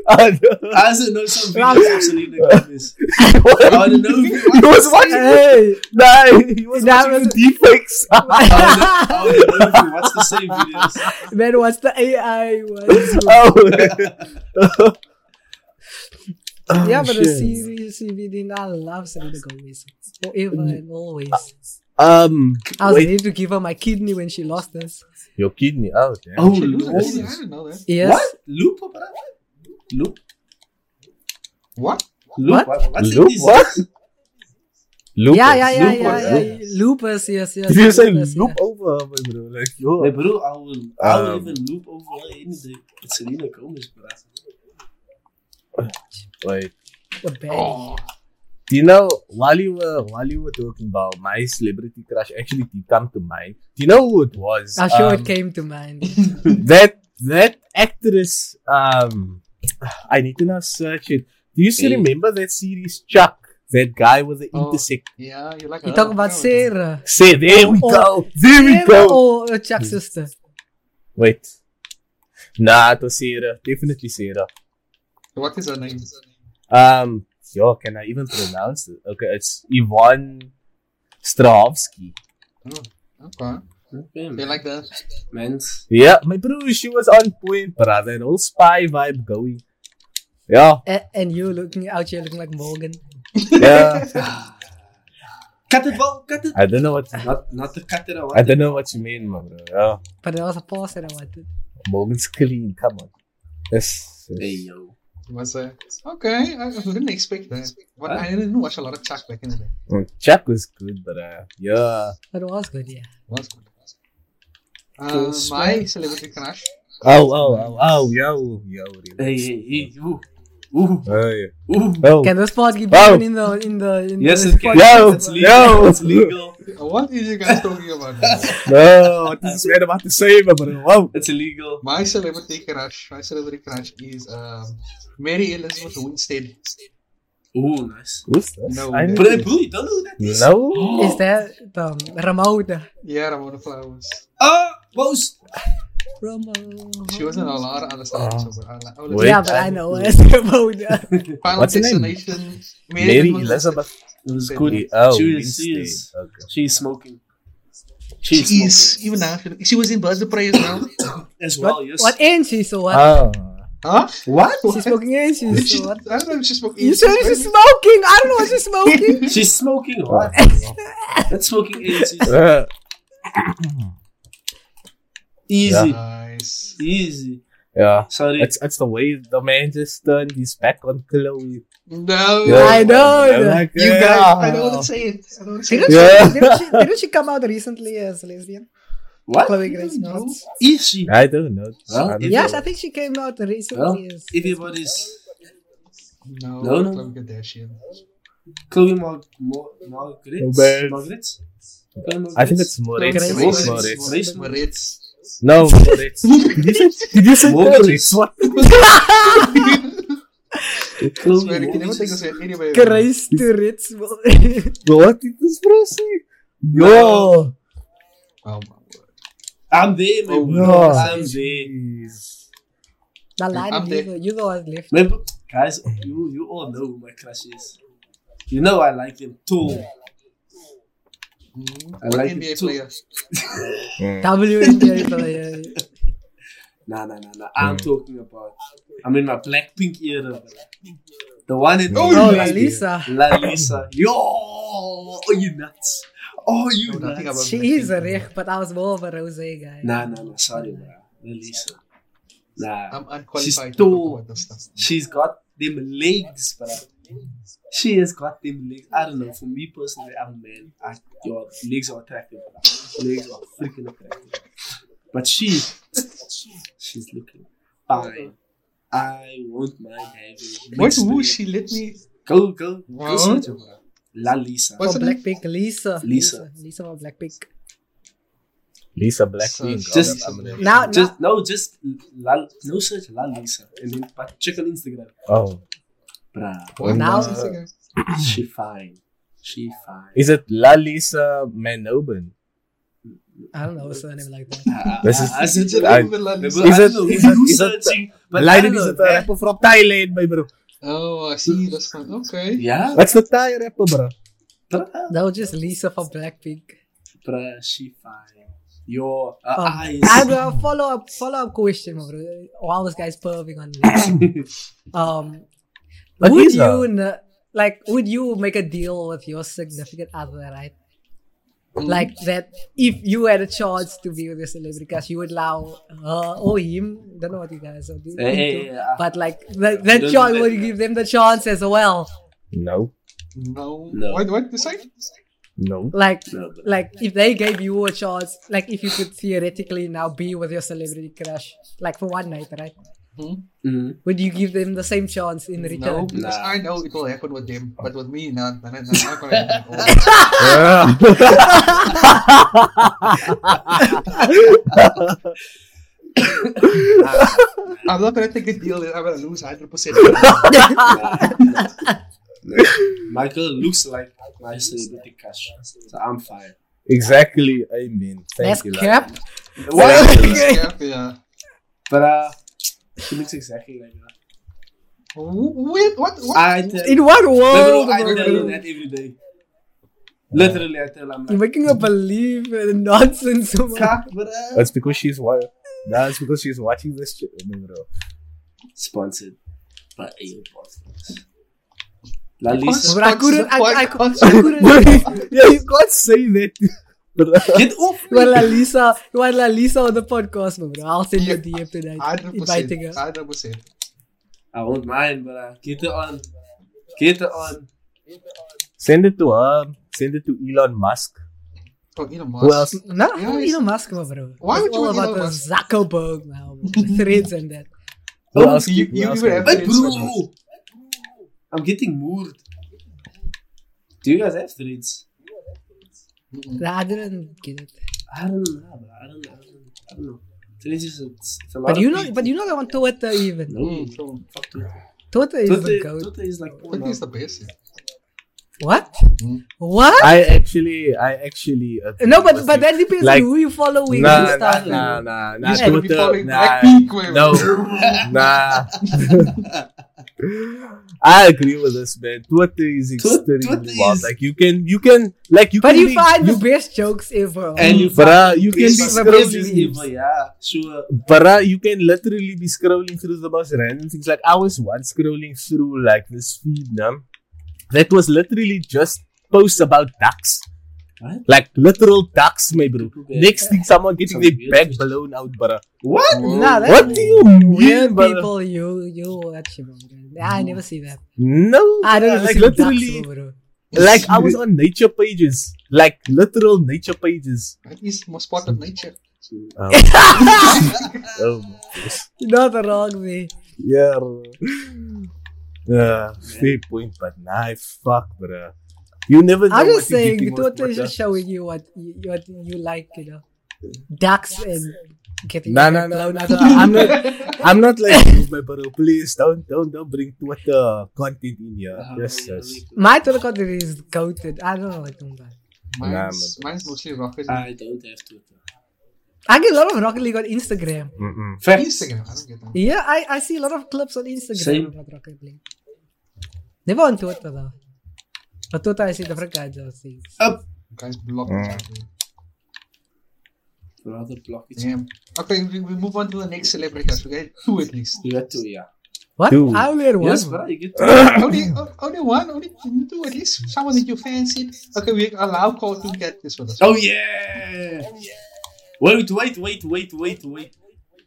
Speaker 2: I know.
Speaker 1: I also know some videos of Selena Gomez. I
Speaker 2: What?
Speaker 1: want to know if you
Speaker 2: <laughs> He was watching. <laughs>
Speaker 3: Hey!
Speaker 2: No, he was
Speaker 3: That
Speaker 2: watching
Speaker 3: was-
Speaker 2: the defects. <laughs>
Speaker 3: <laughs>
Speaker 1: I wanna know if you watch the same videos.
Speaker 3: Then what's the AI?
Speaker 2: <laughs>
Speaker 3: What's
Speaker 2: oh. Oh,
Speaker 3: yeah, but the
Speaker 2: shit.
Speaker 3: series, CBD, I love Selena Gomez forever and always.
Speaker 2: Um,
Speaker 3: I
Speaker 2: Mm.
Speaker 3: was
Speaker 2: wait.
Speaker 3: ready to give her my kidney when she lost us.
Speaker 2: your kidney out. Yeah.
Speaker 1: Oh,
Speaker 4: She
Speaker 1: Lou.
Speaker 4: loses. I didn't know that.
Speaker 3: Yes.
Speaker 1: What? Loop? or whatever? Loop?
Speaker 4: What?
Speaker 1: Loop?
Speaker 3: What?
Speaker 1: What's
Speaker 2: Loop?
Speaker 1: this?
Speaker 2: What? Loop.
Speaker 3: Yeah, yeah, yeah, yeah,
Speaker 1: Lupus,
Speaker 3: yeah, yeah. Lupus, yes, yes.
Speaker 2: Did you say
Speaker 3: lupus,
Speaker 2: loop
Speaker 3: yeah.
Speaker 2: over? Oh, my Bro? Like, yo.
Speaker 1: Hey, bro, I will, I will
Speaker 2: Um,
Speaker 1: even loop over anything. It's Selena Gomez, bro.
Speaker 2: Like,
Speaker 3: The bad.
Speaker 4: Oh.
Speaker 2: do you know, while you were while you were talking about my celebrity crush, actually did come to mind. Do you know who it was?
Speaker 3: I'm Ah, sure
Speaker 2: Um,
Speaker 3: it came to
Speaker 2: <laughs>
Speaker 3: mind.
Speaker 2: that that actress um <sighs> I need to now search it. Do you still
Speaker 1: Hey.
Speaker 2: remember that series Chuck? That guy with the
Speaker 4: Oh.
Speaker 2: intersect.
Speaker 4: Yeah, you like
Speaker 3: You
Speaker 4: her.
Speaker 3: talk about
Speaker 4: Yeah.
Speaker 3: Sarah.
Speaker 2: Say there we
Speaker 3: Oh.
Speaker 2: go. There we
Speaker 3: Sarah
Speaker 2: go.
Speaker 3: or uh, Chuck's sister?
Speaker 2: Wait. Nah, it was Sarah. Definitely Sarah.
Speaker 4: What is her name?
Speaker 2: Um yo, can I even pronounce it? Okay, it's Yvonne Strahovski.
Speaker 4: Okay.
Speaker 1: Okay,
Speaker 4: You
Speaker 1: man.
Speaker 4: like that?
Speaker 1: man.
Speaker 2: Yeah, my bro, she was on point, brother. An old spy vibe going. Yeah,
Speaker 3: A- and you looking out here looking like Morgan.
Speaker 2: yeah.
Speaker 1: Cut it, bro. Cut it.
Speaker 2: I don't know what
Speaker 1: Not, not the cut that I
Speaker 2: I
Speaker 1: wanted.
Speaker 2: don't know what you mean, my bro. Yeah.
Speaker 3: But there was a pause that I wanted.
Speaker 2: Morgan's clean. Come on. Yes. yes.
Speaker 1: Hey, yo.
Speaker 4: Was uh, okay. I I didn't expect that. But I didn't watch a lot of Chuck né, back in the day.
Speaker 2: Mm, Chuck was good, but uh, yeah.
Speaker 3: But it was good, yeah.
Speaker 4: Was good. Uh, my celebrity crush.
Speaker 2: Oh, oh, oh, oh, yo, yo.
Speaker 1: Hey, hey, hey. Ooh. Ooh.
Speaker 2: Oh, yeah.
Speaker 1: Ooh.
Speaker 2: Oh.
Speaker 3: Can this part get
Speaker 2: Wow.
Speaker 3: given in the in the in
Speaker 1: Yes,
Speaker 3: the
Speaker 1: it can.
Speaker 2: Yo,
Speaker 1: it's legal.
Speaker 2: yo.
Speaker 1: It's legal.
Speaker 4: What is you guys talking about? now?
Speaker 2: no, what is this man about to say, my bro? Wow.
Speaker 1: It's illegal.
Speaker 4: my celebrity crush. My celebrity crush is um, Mary Elizabeth Winstead.
Speaker 1: Ooh, nice.
Speaker 2: Who's this?
Speaker 4: No,
Speaker 2: I
Speaker 1: But
Speaker 2: know
Speaker 1: hey,
Speaker 2: this.
Speaker 1: bro, you don't know who that is.
Speaker 2: No.
Speaker 1: <gasps>
Speaker 3: Is that um, Ramauda?
Speaker 4: Yeah, Ramona Flowers.
Speaker 1: Oh, boss.
Speaker 3: Ramauda.
Speaker 4: She was in a lot of other stuff. so uh, I, I will-
Speaker 2: Wait.
Speaker 3: yeah, but I know <laughs> it's Ramauda.
Speaker 4: Final
Speaker 2: What's her name?
Speaker 4: Destination.
Speaker 2: Mary Elizabeth.
Speaker 1: It was
Speaker 2: Good.
Speaker 1: good. she,
Speaker 2: Oh, she
Speaker 1: is, she is.
Speaker 2: Okay.
Speaker 1: She's smoking.
Speaker 4: She
Speaker 1: She's
Speaker 4: is
Speaker 1: smoking.
Speaker 4: even now. she- She was in Birds of Prey
Speaker 1: <laughs>
Speaker 4: as well.
Speaker 1: As well,
Speaker 3: What,
Speaker 1: yes.
Speaker 3: what and she's so what?
Speaker 2: Oh.
Speaker 4: huh?
Speaker 2: <laughs>
Speaker 1: What?
Speaker 3: she's smoking and <laughs>
Speaker 4: Did
Speaker 3: she's
Speaker 4: she,
Speaker 3: so what?
Speaker 4: I don't know if Oh, she spoke.
Speaker 3: You said she's smoking. I don't know what she's smoking.
Speaker 1: She's smoking what? That's smoking AIDS.
Speaker 2: <laughs>
Speaker 1: It's
Speaker 2: Uh,
Speaker 1: easy.
Speaker 4: Nice.
Speaker 1: Easy.
Speaker 2: yeah.
Speaker 1: Sorry.
Speaker 2: It's, it's the way the man just turned his back on Chloe.
Speaker 4: No.
Speaker 2: Yeah.
Speaker 3: I know.
Speaker 2: Like,
Speaker 4: You guys, I don't want
Speaker 2: yeah.
Speaker 4: to say it. I don't want to say
Speaker 3: <laughs> Didn't,
Speaker 4: it.
Speaker 2: Yeah.
Speaker 3: she, didn't, she, didn't she come out recently as lesbian?
Speaker 1: what?
Speaker 3: Chloe Grace
Speaker 4: No.
Speaker 3: Moretz?
Speaker 1: Is she?
Speaker 2: I don't know.
Speaker 1: Well,
Speaker 2: I don't
Speaker 1: if-
Speaker 3: Yes,
Speaker 2: know.
Speaker 3: I think she came out recently as.
Speaker 1: Everybody's
Speaker 4: No,
Speaker 1: No, no.
Speaker 4: Khloe Kardashian.
Speaker 1: Chloe Mar- Mar- Margaret.
Speaker 2: Oh, man.
Speaker 1: Margaret? Chloe
Speaker 2: I
Speaker 1: Margaret?
Speaker 2: think it's Moritz. Moritz.
Speaker 3: Grace.
Speaker 1: Moritz.
Speaker 2: Moritz.
Speaker 1: Moritz.
Speaker 4: Moritz.
Speaker 2: No, Moritz. did you say, did you say
Speaker 1: Moritz?
Speaker 2: Moritz? What?
Speaker 1: <laughs> Chloe
Speaker 4: Sorry, can never
Speaker 1: Margaret.
Speaker 4: take this anyway.
Speaker 3: Grace to <laughs> Ritz.
Speaker 2: What did this bro say? Yo.
Speaker 4: No. Oh, my word.
Speaker 1: I'm there, my
Speaker 4: Oh,
Speaker 1: boy.
Speaker 2: no.
Speaker 1: I'm there.
Speaker 3: The
Speaker 4: I'm
Speaker 3: line,
Speaker 4: there.
Speaker 3: you know, you know what's left.
Speaker 1: My bro- guys, you, you all know who my crush is. You know I like him tall. I
Speaker 4: What
Speaker 1: like him
Speaker 4: NBA
Speaker 1: tall.
Speaker 4: players?
Speaker 3: WNBA player. <laughs>
Speaker 1: Nah, nah, nah, nah. I'm
Speaker 2: Mm.
Speaker 1: talking about. I'm in my Blackpink era. bro. The one and
Speaker 4: Oh,
Speaker 3: Oh,
Speaker 1: only
Speaker 3: La Lisa.
Speaker 1: La Lisa. Yo, oh you nuts? Oh you
Speaker 4: No, nothing
Speaker 1: nuts?
Speaker 4: about-
Speaker 3: She is a rich, but I was more of a rose guy.
Speaker 1: Nah, nah, nah. Sorry, bro. La Lisa. Nah.
Speaker 4: I'm unqualified.
Speaker 1: She's
Speaker 4: to talk
Speaker 1: tall.
Speaker 4: about this stuff.
Speaker 1: She's got them legs, bro. She has got them legs. I don't know. For me personally, I'm a man. I, your legs are attractive, bro. Legs are freaking attractive. But she, she's looking fine. I won't mind having.
Speaker 4: What
Speaker 1: mixed
Speaker 4: who
Speaker 1: breed.
Speaker 4: she let me?
Speaker 1: Go, go, go,
Speaker 4: Huh?
Speaker 1: search her, bro. La Lisa.
Speaker 4: What's her
Speaker 3: What's oh,
Speaker 4: name?
Speaker 3: Blackpink, Lisa.
Speaker 1: Lisa.
Speaker 3: Lisa from Blackpink.
Speaker 2: Lisa Blackpink.
Speaker 4: So-
Speaker 1: Just-
Speaker 2: oh, I'm gonna-
Speaker 3: Now, now
Speaker 1: Just no, just La, no search La Lisa, and then but check on Instagram,
Speaker 2: oh,
Speaker 1: bruh.
Speaker 4: What?
Speaker 3: Now-
Speaker 4: What's this again?
Speaker 1: She fine, she fine.
Speaker 2: is it La Lisa Manoban?
Speaker 3: I don't know a surname like
Speaker 1: <laughs>
Speaker 3: that.
Speaker 1: Ah,
Speaker 2: <laughs> This is-
Speaker 1: ah, ah, search it.
Speaker 2: I-
Speaker 1: Well,
Speaker 2: Is
Speaker 1: I
Speaker 2: it-
Speaker 1: don't know
Speaker 2: is
Speaker 1: who
Speaker 2: it-
Speaker 1: you
Speaker 2: is it-
Speaker 1: searching, but I
Speaker 2: Laden
Speaker 1: don't
Speaker 2: is
Speaker 1: know Eh.
Speaker 2: a rapper from Thailand, my bro.
Speaker 4: Oh, I see this one. Okay.
Speaker 1: Yeah,
Speaker 2: What's the Thai rapper, bro?
Speaker 1: bruh,
Speaker 3: No, just Lisa from Blackpink.
Speaker 1: bruh, she fine. Your uh,
Speaker 3: Um,
Speaker 1: eyes.
Speaker 3: I have a follow up follow up question, bro. All this guy's perving on Lisa.
Speaker 1: <laughs>
Speaker 3: um,
Speaker 2: But
Speaker 3: would
Speaker 2: Lisa-
Speaker 3: you n- like? Would you make a deal with your significant other, right?
Speaker 1: Mm.
Speaker 3: Like that, if you had a chance to be with a celebrity cast, you would allow her or him. Don't know what you guys are doing.
Speaker 1: Hey, hey, hey, uh,
Speaker 3: But like that,
Speaker 1: Don't
Speaker 3: that
Speaker 1: do
Speaker 3: chance
Speaker 1: that.
Speaker 3: would give them the chance as well.
Speaker 2: No,
Speaker 4: No.
Speaker 1: No.
Speaker 4: What? What? This side?
Speaker 2: <laughs> no.
Speaker 3: Like,
Speaker 1: No, but-
Speaker 3: like if they gave you a chance, like if you could theoretically now be with your celebrity crush, like for one night, right?
Speaker 4: Hmm?
Speaker 3: <laughs>
Speaker 1: Mhm.
Speaker 3: Would you give them the same chance in
Speaker 4: No,
Speaker 3: return?
Speaker 4: because
Speaker 1: Nah.
Speaker 4: I know it will happen with them, but with me, not. Nah, nah, nah, not gonna happen at all. <laughs> I'm not gonna take a deal that I'm gonna lose 100. <laughs> percent
Speaker 1: Michael looks like my celebrity crush, so I'm fine.
Speaker 2: exactly. I mean, thank
Speaker 3: That's
Speaker 2: you. Laden.
Speaker 3: cap.
Speaker 1: Why?
Speaker 4: Yeah.
Speaker 1: but uh, she looks exactly like that.
Speaker 4: Wait, what? what?
Speaker 1: I tell,
Speaker 3: In what
Speaker 1: bro,
Speaker 4: Oh,
Speaker 3: world?
Speaker 1: I
Speaker 3: bro?
Speaker 1: tell her that every day. Literally, I tell her I'm
Speaker 3: You're
Speaker 1: like,
Speaker 3: making her believe in nonsense. so much.
Speaker 1: cock, bruh.
Speaker 2: That's because she's wa- That's because she's watching this. Ch- I mean, bro.
Speaker 1: Sponsored by AO Podcast. La Lisa.
Speaker 3: But I couldn't. I, I, I,
Speaker 2: <laughs>
Speaker 3: couldn't.
Speaker 2: yeah, you can't say that. <laughs> uh, Bro.
Speaker 1: Get off
Speaker 3: You want La Lisa? You want La Lisa on the podcast, bro? I'll send you a
Speaker 4: Yeah.
Speaker 3: DM tonight,
Speaker 4: 100
Speaker 3: inviting her.
Speaker 4: percent. 100 percent.
Speaker 1: I won't mind, but uh, get it on. Get it on.
Speaker 2: Send it to her. Send it to Elon Musk.
Speaker 4: Oh, Elon Musk.
Speaker 2: Who else?
Speaker 3: No,
Speaker 4: Yeah,
Speaker 3: yeah,
Speaker 4: it's-
Speaker 3: Elon Musk, my bro.
Speaker 4: Why
Speaker 3: It's
Speaker 4: would you
Speaker 3: all
Speaker 4: want
Speaker 3: about
Speaker 4: Elon
Speaker 3: the
Speaker 4: Musk?
Speaker 3: Zuckerberg now, bro. The threads and that.
Speaker 2: Who
Speaker 4: Oh,
Speaker 2: else?
Speaker 4: you-
Speaker 2: who
Speaker 4: you
Speaker 2: else
Speaker 4: even
Speaker 2: can-
Speaker 4: have-
Speaker 1: But bro, I'm getting moved. Do you guys have threads?
Speaker 4: Mm-mm.
Speaker 3: Nah, I didn't get it.
Speaker 1: I don't know, bro. I don't know. I don't know. I don't know. Threads is it's, it's a lot.
Speaker 3: But you
Speaker 1: of
Speaker 3: know,
Speaker 1: people.
Speaker 3: but you know, they want Twitter even.
Speaker 1: No,
Speaker 4: Mm, so,
Speaker 1: fuck Twitter.
Speaker 3: Twitter is the
Speaker 1: Twitter,
Speaker 3: goat.
Speaker 1: Twitter is like
Speaker 4: I think
Speaker 1: porn.
Speaker 4: it's the best. yeah.
Speaker 3: What?
Speaker 2: Hmm.
Speaker 4: Mm.
Speaker 3: What?
Speaker 2: I actually, I actually. agree
Speaker 3: No, but
Speaker 2: with
Speaker 3: but
Speaker 2: you.
Speaker 3: that depends
Speaker 2: Like-
Speaker 3: on who you follow with and
Speaker 2: Nah, nah,
Speaker 3: stuff.
Speaker 2: nah, nah, nah.
Speaker 4: You should be
Speaker 2: Twitter,
Speaker 4: following
Speaker 2: nah,
Speaker 4: Blackpink,
Speaker 2: <laughs>
Speaker 4: where-
Speaker 2: no, nah. I agree with this man. Twitter
Speaker 1: Twi-
Speaker 2: is extremely
Speaker 1: Twitter
Speaker 2: wild.
Speaker 1: is-
Speaker 2: Like you can, you can, like you
Speaker 3: But
Speaker 2: can.
Speaker 3: you
Speaker 2: be-
Speaker 3: find the best jokes ever.
Speaker 1: And you
Speaker 2: Bruh, you can be
Speaker 1: It's
Speaker 3: the
Speaker 1: crazy
Speaker 3: best
Speaker 2: scrolling.
Speaker 1: evil, yeah, sure.
Speaker 2: Bruh, you can literally be scrolling through the most random things. Like I was once scrolling through like this feed, num, that was literally just posts about ducks.
Speaker 1: What?
Speaker 2: Like literal ducks, my bro.
Speaker 1: People get-
Speaker 2: Next thing, someone getting
Speaker 1: Some
Speaker 2: their
Speaker 1: weird
Speaker 2: back
Speaker 1: fish.
Speaker 2: blown out, bruh.
Speaker 1: What?
Speaker 3: Nah, that's
Speaker 2: What uh, do you mean,
Speaker 3: weird
Speaker 2: bruh?
Speaker 3: people. You you watch him. I never see that.
Speaker 2: No,
Speaker 3: I don't
Speaker 2: bruh,
Speaker 3: even
Speaker 2: like
Speaker 3: see
Speaker 2: literally,
Speaker 3: ducks, bro.
Speaker 2: like I was on nature pages, like literal nature pages.
Speaker 4: That is most part of nature.
Speaker 2: Oh, oh my goodness.
Speaker 3: Not the wrong way.
Speaker 2: yeah, bro. <sighs> yeah, fair point, but nah, fuck, bruh. You never know
Speaker 3: I'm
Speaker 2: what
Speaker 3: just
Speaker 2: you're
Speaker 3: saying,
Speaker 2: getting with
Speaker 3: Twitter is
Speaker 2: <laughs> Twitter.
Speaker 3: just showing you what you, what you like, you know. Ducks and getting
Speaker 2: Nah, nah, nah,
Speaker 3: blown
Speaker 2: nah,
Speaker 3: out.
Speaker 2: nah, I'm not, I'm not <laughs> like you, my bro. Please don't, don't, don't bring Twitter content in here.
Speaker 1: Ah,
Speaker 2: Yes,
Speaker 1: yeah,
Speaker 2: yes.
Speaker 1: really good.
Speaker 3: My Twitter content is goated. I don't know what I'm about.
Speaker 4: Mine's,
Speaker 2: Nah, Ah.
Speaker 4: mine's mostly rocket.
Speaker 1: I don't have Twitter.
Speaker 3: I get a lot of Rocket League on Instagram.
Speaker 2: Mm-mm.
Speaker 1: Facts.
Speaker 4: Instagram, I don't get that.
Speaker 3: Yeah, I, I see a lot of clips on Instagram
Speaker 1: Same.
Speaker 3: about Rocket League. Never on Twitter though. But Tota is in different kinds of things.
Speaker 4: Guys, block
Speaker 2: Mm.
Speaker 4: each other.
Speaker 1: Rather block it.
Speaker 4: Damn. Okay, we, we move on to the next celebrities. We get two
Speaker 2: <coughs>
Speaker 4: at least.
Speaker 1: You got two, yeah.
Speaker 3: What?
Speaker 2: Dude.
Speaker 3: I only had one.
Speaker 1: Yes,
Speaker 3: bro.
Speaker 1: bro, you get two.
Speaker 4: only, o- only one, only two at least. Someone that you fancied. Okay, we allow Cole to get this one. as well.
Speaker 1: <coughs> Oh yeah! Wait, wait, wait, wait, wait, wait.